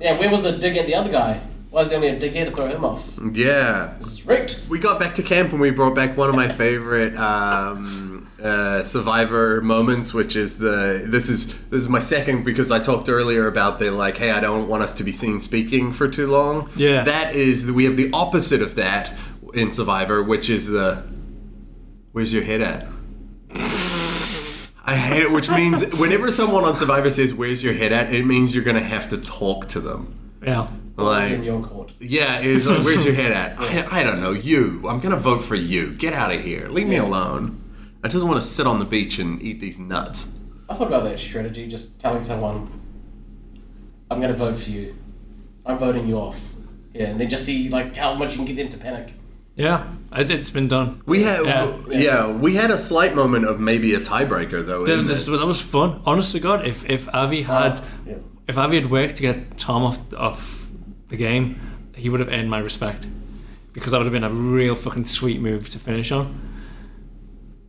Yeah, where was the dig at the other guy? Why is there only a dig here to throw him off? Yeah. This is rigged. We got back to camp and we brought back one of my favorite um, uh, Survivor moments, which is the this is this is my second because I talked earlier about the like, hey, I don't want us to be seen speaking for too long. Yeah. that is we have the opposite of that in Survivor, which is the where's your head at. I hate it, which means whenever someone on Survivor says "Where's your head at," it means you're gonna have to talk to them. Yeah. It's Like, in your court. yeah, it's like, where's your head at? I, I don't know. You. I'm going to vote for you. Get out of here. Leave me alone. I just want to sit on the beach and eat these nuts. I thought about that strategy, just telling someone, I'm going to vote for you. I'm voting you off. Yeah, and then just see like how much you can get them to panic. Yeah. It, it's been done. We had, yeah. Yeah. we had a slight moment of maybe a tiebreaker though. That, in this- this. that was fun. Honest to God, if, if Avi had Yeah. if Avi had worked to get Tom off off the game, he would have earned my respect because that would have been a real fucking sweet move to finish on.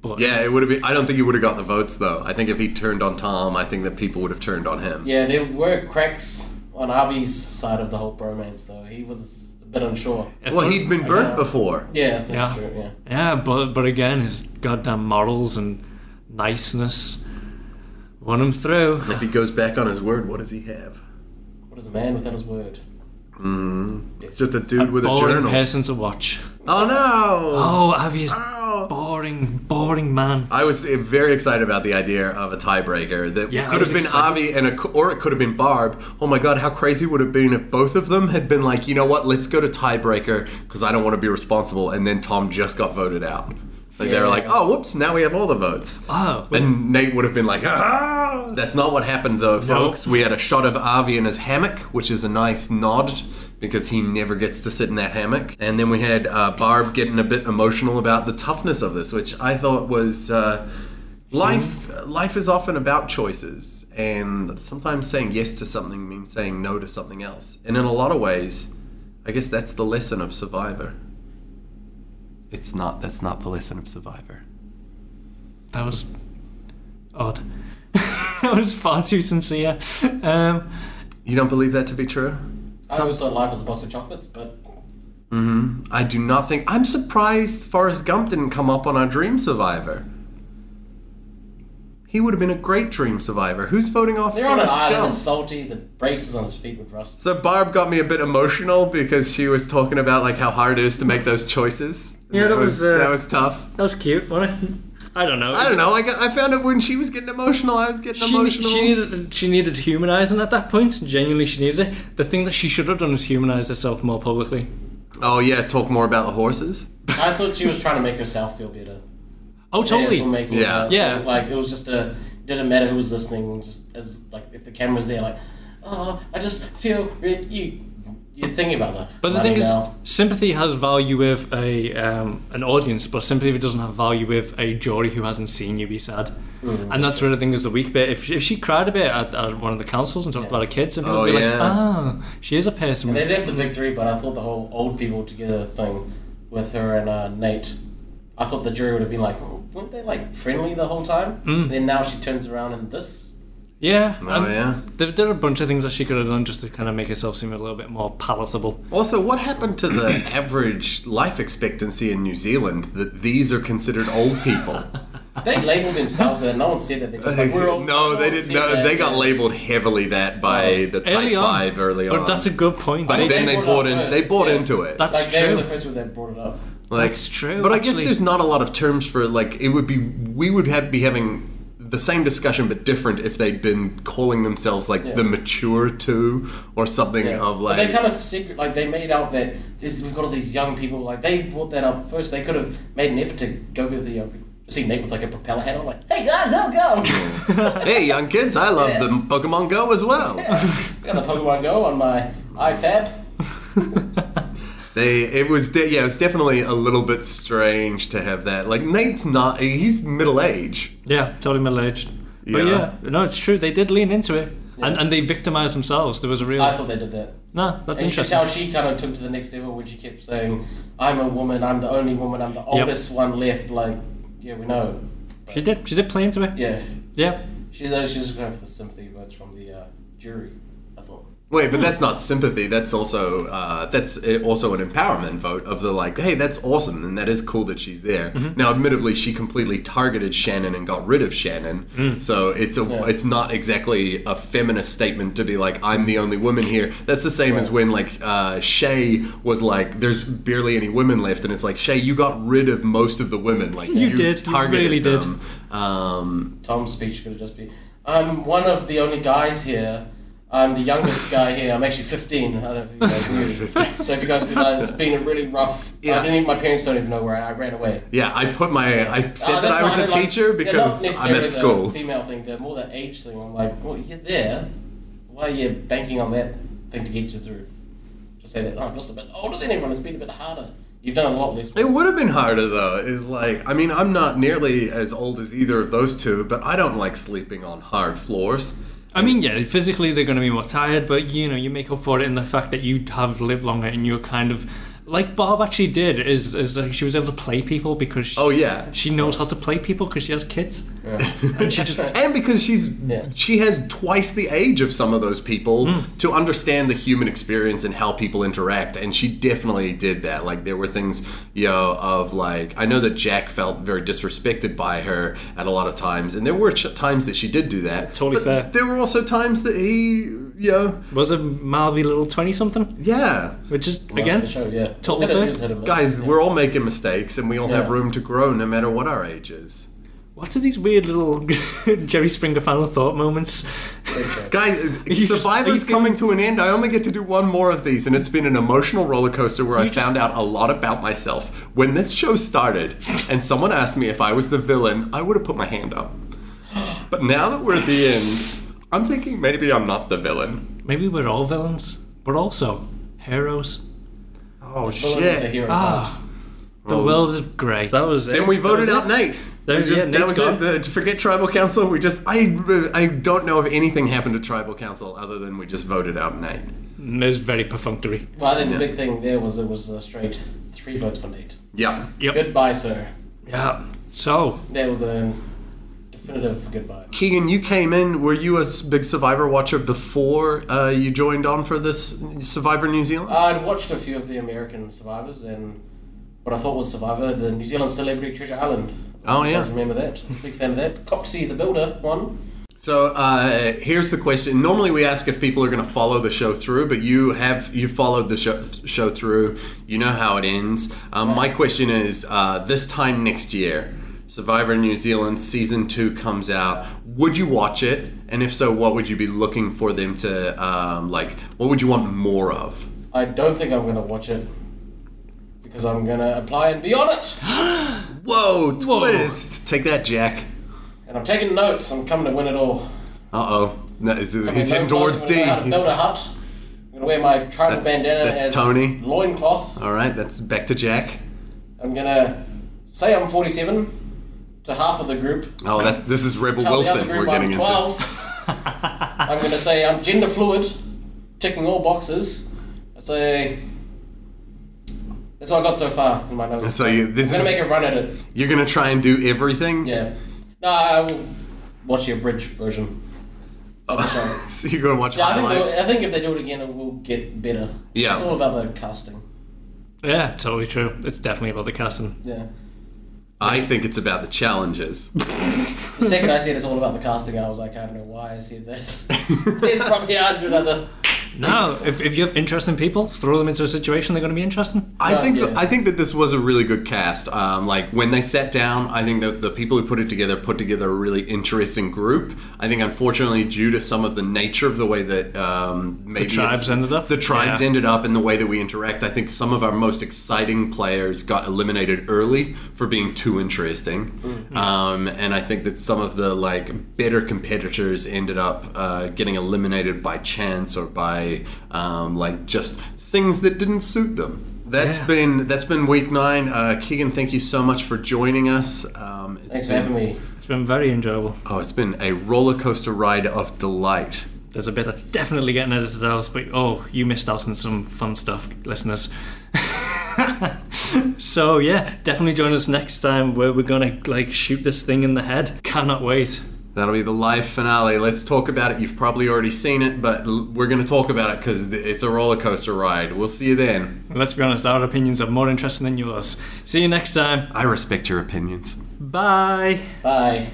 But yeah, it would have been. I don't think he would have got the votes though. I think if he turned on Tom, I think that people would have turned on him. Yeah, there were cracks on Avi's side of the whole bromance, though. He was a bit unsure. I Well, thought- he'd been burnt Yeah. before. Yeah, that's Yeah. true. Yeah. yeah, but but again, his goddamn morals and niceness won him through. If he goes back on his word, what does he have? What is a man without his word? It's just a dude with a boring journal. person to watch. Oh no! Oh, Avi is Oh. boring, boring man. I was uh, very excited about the idea of a tiebreaker that Yeah, I could was have been excited. Avi and a, or it could have been Barb. Oh my god, how crazy would it have been if both of them had been like, you know what, let's go to tiebreaker because I don't want to be responsible, and then Tom just got voted out. Like they were Yeah. like, oh, whoops, now we have all the votes. Oh, well- and Nate would have been like, ah. That's not what happened though, folks. We had a shot of Avi in his hammock, which is a nice nod because he never gets to sit in that hammock. And then we had uh, Barb getting a bit emotional about the toughness of this, which I thought was uh, life. Life is often about choices, and sometimes saying yes to something means saying no to something else. And in a lot of ways, I guess that's the lesson of Survivor. It's not. That's not the lesson of Survivor. That was odd. that was far too sincere. Um, You don't believe that to be true? I always thought life was a box of chocolates, but I do not think. I'm surprised Forrest Gump didn't come up on our Dream Survivor. He would have been a great Dream Survivor. Who's voting off they're on an Forrest island. Gump? It's salty. The braces on his feet would rust. So Barb got me a bit emotional because she was talking about like how hard it is to make those choices. Yeah, that was, uh, that was tough. that was cute, wasn't it? I don't know. I don't know. I, got, I found it when she was getting emotional. I was getting She, emotional. she needed she needed humanising at that point. Genuinely, she needed it. The thing that she should have done is humanise herself more publicly. oh yeah, talk more about the horses. I thought she was trying to make herself feel better. Oh, totally. Yeah, for making Yeah. it. Yeah. Like it was just a didn't matter who was listening. just As like if the camera's there, like oh, I just feel re- you. You're thinking about that. But the money thing is, now. sympathy has value with a um, an audience, but sympathy doesn't have value with a jury who hasn't seen you be sad. and that's where I think is the weak bit. If she, if she cried a bit at, at one of the councils and talked about her kids, and people Oh, would be yeah. like, "Ah, she is a person." they With, didn't have the big three, but I thought the whole old people together thing with her and uh, Nate. I thought the jury would have been like, "Oh, weren't they like friendly the whole time? Mm. Then now she turns around and this. yeah, Oh yeah. There, there are a bunch of things that she could have done just to kind of make herself seem a little bit more palatable. Also, what happened to the average life expectancy in New Zealand that these are considered old people? They labeled themselves and no one said that. They just like, we're old. no, they one didn't. said No, that. Oh, they got labeled heavily that by the Type Early on, Five early on. but that's a good point. But They- then They they bought bought it in. first, They bought yeah. into it. That's Like they true. were the first one that brought it up. Like- That's true, But I guess actually. there's not a lot of terms for like it would be we would have be having the same discussion but different if they'd been calling themselves like Yeah. the mature two or something Yeah. of But like they kind of secret, like they made out that this, we've got all these young people. Like they brought that up first. They could have made an effort to go with the young people. See Nate with like a propeller hat on, like, hey guys, let's go! hey young kids I love the Pokemon Go as well. I got the Pokemon Go on my iFab. They it was de- yeah it was definitely a little bit strange to have that like Nate's not he's middle age Yeah, totally middle aged. But Yeah. yeah, no, it's true. They did lean into it, and and they victimized themselves. There was a real I thought they did that. no. That's And you could interesting. tell she kind of took to the next level when she kept saying, I'm a woman, I'm the only woman, I'm the oldest one left. Like, yeah, we know. She did. She did play into it. Yeah. Yeah. She, though, she's going for the sympathy votes from the uh, jury, I thought. Wait, Hmm. but that's not sympathy. That's also uh, that's uh, also an empowerment vote of the like, hey, that's awesome, and that is cool that she's there. Mm-hmm. Now, admittedly, she completely targeted Shannon and got rid of Shannon, Mm. so it's a it's not exactly a feminist statement to be like, I'm the only woman here. That's the same as when like uh, Shay was like, there's barely any women left, and it's like Shay, you got rid of most of the women. Like you, You did. You targeted really did. them. Um, Tom's speech could have just been, I'm one of the only guys here. I'm the youngest guy here. I'm actually 15. I don't know if you guys knew. so if you guys could, uh, it's been a really rough. Yeah. I didn't. Even, my parents don't even know where I, I ran away. yeah, I put my I said that Uh, that's I why was a don't like- teacher yeah, not because I'm necessarily at school. The female thing, the more the age thing. I'm like, well, you're there. Why are you banking on that thing to get you through? Just say that. Oh, I'm just a bit older than everyone. It's been a bit harder. You've done a lot less. It would have been harder though. Is like, I mean, I'm not nearly as old as either of those two, but I don't like sleeping on hard floors. I mean, yeah. Physically, they're going to be more tired, but you know, you make up for it in the fact that you have lived longer and you're kind of like Barb actually did. Is is like she was able to play people because she, Oh yeah, she knows how to play people because she has kids. uh, And she just and because she's Yeah. she has twice the age of some of those people Hmm. to understand the human experience and how people interact, and she definitely did that. Like there were things, you know, of like I know that Jack felt very disrespected by her at a lot of times, and there were ch- times that she did do that. Totally but fair. There were also times that he, you know, was a mouthy little twenty something, yeah. which is Most of again the show, yeah. total It's hit or- fair. it's hit or miss. Guys, we're all making mistakes and we all have Yeah. room to grow no matter what our age is. What are these weird little Jerry Springer final thought moments? Guys, just- are Survivor's you coming to an end. I only get to do one more of these, and it's been an emotional roller coaster where I You just- found out a lot about myself. When this show started, and someone asked me if I was the villain, I would have put my hand up. But now that we're at the end, I'm thinking maybe I'm not the villain. Maybe we're all villains, but also heroes. Oh Bullet with the shit! hero's heart. Ah, the world is great. That was it. Then we That voted was out it. Nate. That We was- just- yeah, that Nate's was gone. it. The- to forget tribal council, we just I I don't know if anything happened to tribal council other than we just voted out Nate. It was very perfunctory. Well, I think the big thing there was it was a straight three votes for Nate. Yep. Yep. Goodbye, sir. Yeah. So There was a definitive goodbye. Keegan, you came in. Were you a s- big Survivor watcher before uh, you joined on for this Survivor New Zealand? I'd watched a few of the American Survivors and what I thought was Survivor, the New Zealand Celebrity Treasure Island. Oh, I yeah. always remember that. I was a big fan of that. Coxie the Builder won. so uh, here's the question. Normally we ask if people are going to follow the show through, but you have you followed the show, show through. You know how it ends. Um, my question is: uh, This time next year, Survivor New Zealand season two comes out. Would you watch it? And if so, what would you be looking for them to um, like? What would you want more of? I don't think I'm going to watch it because I'm going to apply and be on it. Whoa! Twist. Take that, Jack. And I'm taking notes. I'm coming to win it all. Uh oh. No, he's he's I'm heading towards D. I'm gonna know how to He's- build a hut. I'm going to wear my tribal That's- bandana that's as Tony. loincloth. All right, that's back to Jack. I'm going to say I'm 47 to half of the group. Oh, that's this is Rebel Tell the Wilson other we're group I'm getting 12. I'm going to say I'm gender fluid, ticking all boxes. I say that's all I got so far in my notes. into. So you, this I'm is going to make a run at it. you're gonna try and do everything. Yeah. No, I will watch the abridged version. of the show. So you're gonna watch Yeah, I think, highlights. they'll- I think if they do it again, it will get better. Yeah. It's all about the casting. yeah, totally true. It's definitely about the casting. Yeah. I think it's about the challenges. The second I said it's all about the casting, I was like, I don't know why I said that. There's probably a hundred other. No, if, if you have interesting people, throw them into a situation they're going to be interesting. I Yeah, think yeah. I think that this was a really good cast. Um, like when they sat down, I think that the people who put it together put together a really interesting group. I think unfortunately, due to some of the nature of the way that um, maybe it's- tribes ended up? the tribes Yeah. ended up in the way that we interact. I think some of our most exciting players got eliminated early for being too interesting, Mm-hmm. um, and I think that some of the like better competitors ended up uh, getting eliminated by chance or by um, like just things that didn't suit them. That's Yeah. been that's been week nine. Uh, Keegan, thank you so much for joining us. Um, it's Thanks for been- having me. It's been very enjoyable. Oh, it's been a roller coaster ride of delight. There's a bit that's definitely getting edited out, but oh, you missed out on some fun stuff, listeners. so yeah, definitely join us next time where we're gonna like shoot this thing in the head. Cannot wait. That'll be the live finale. Let's talk about it. You've probably already seen it, but l- we're going to talk about it because it's a roller coaster ride. We'll see you then. And let's be honest, our opinions are more interesting than yours. See you next time. I respect your opinions. Bye. Bye.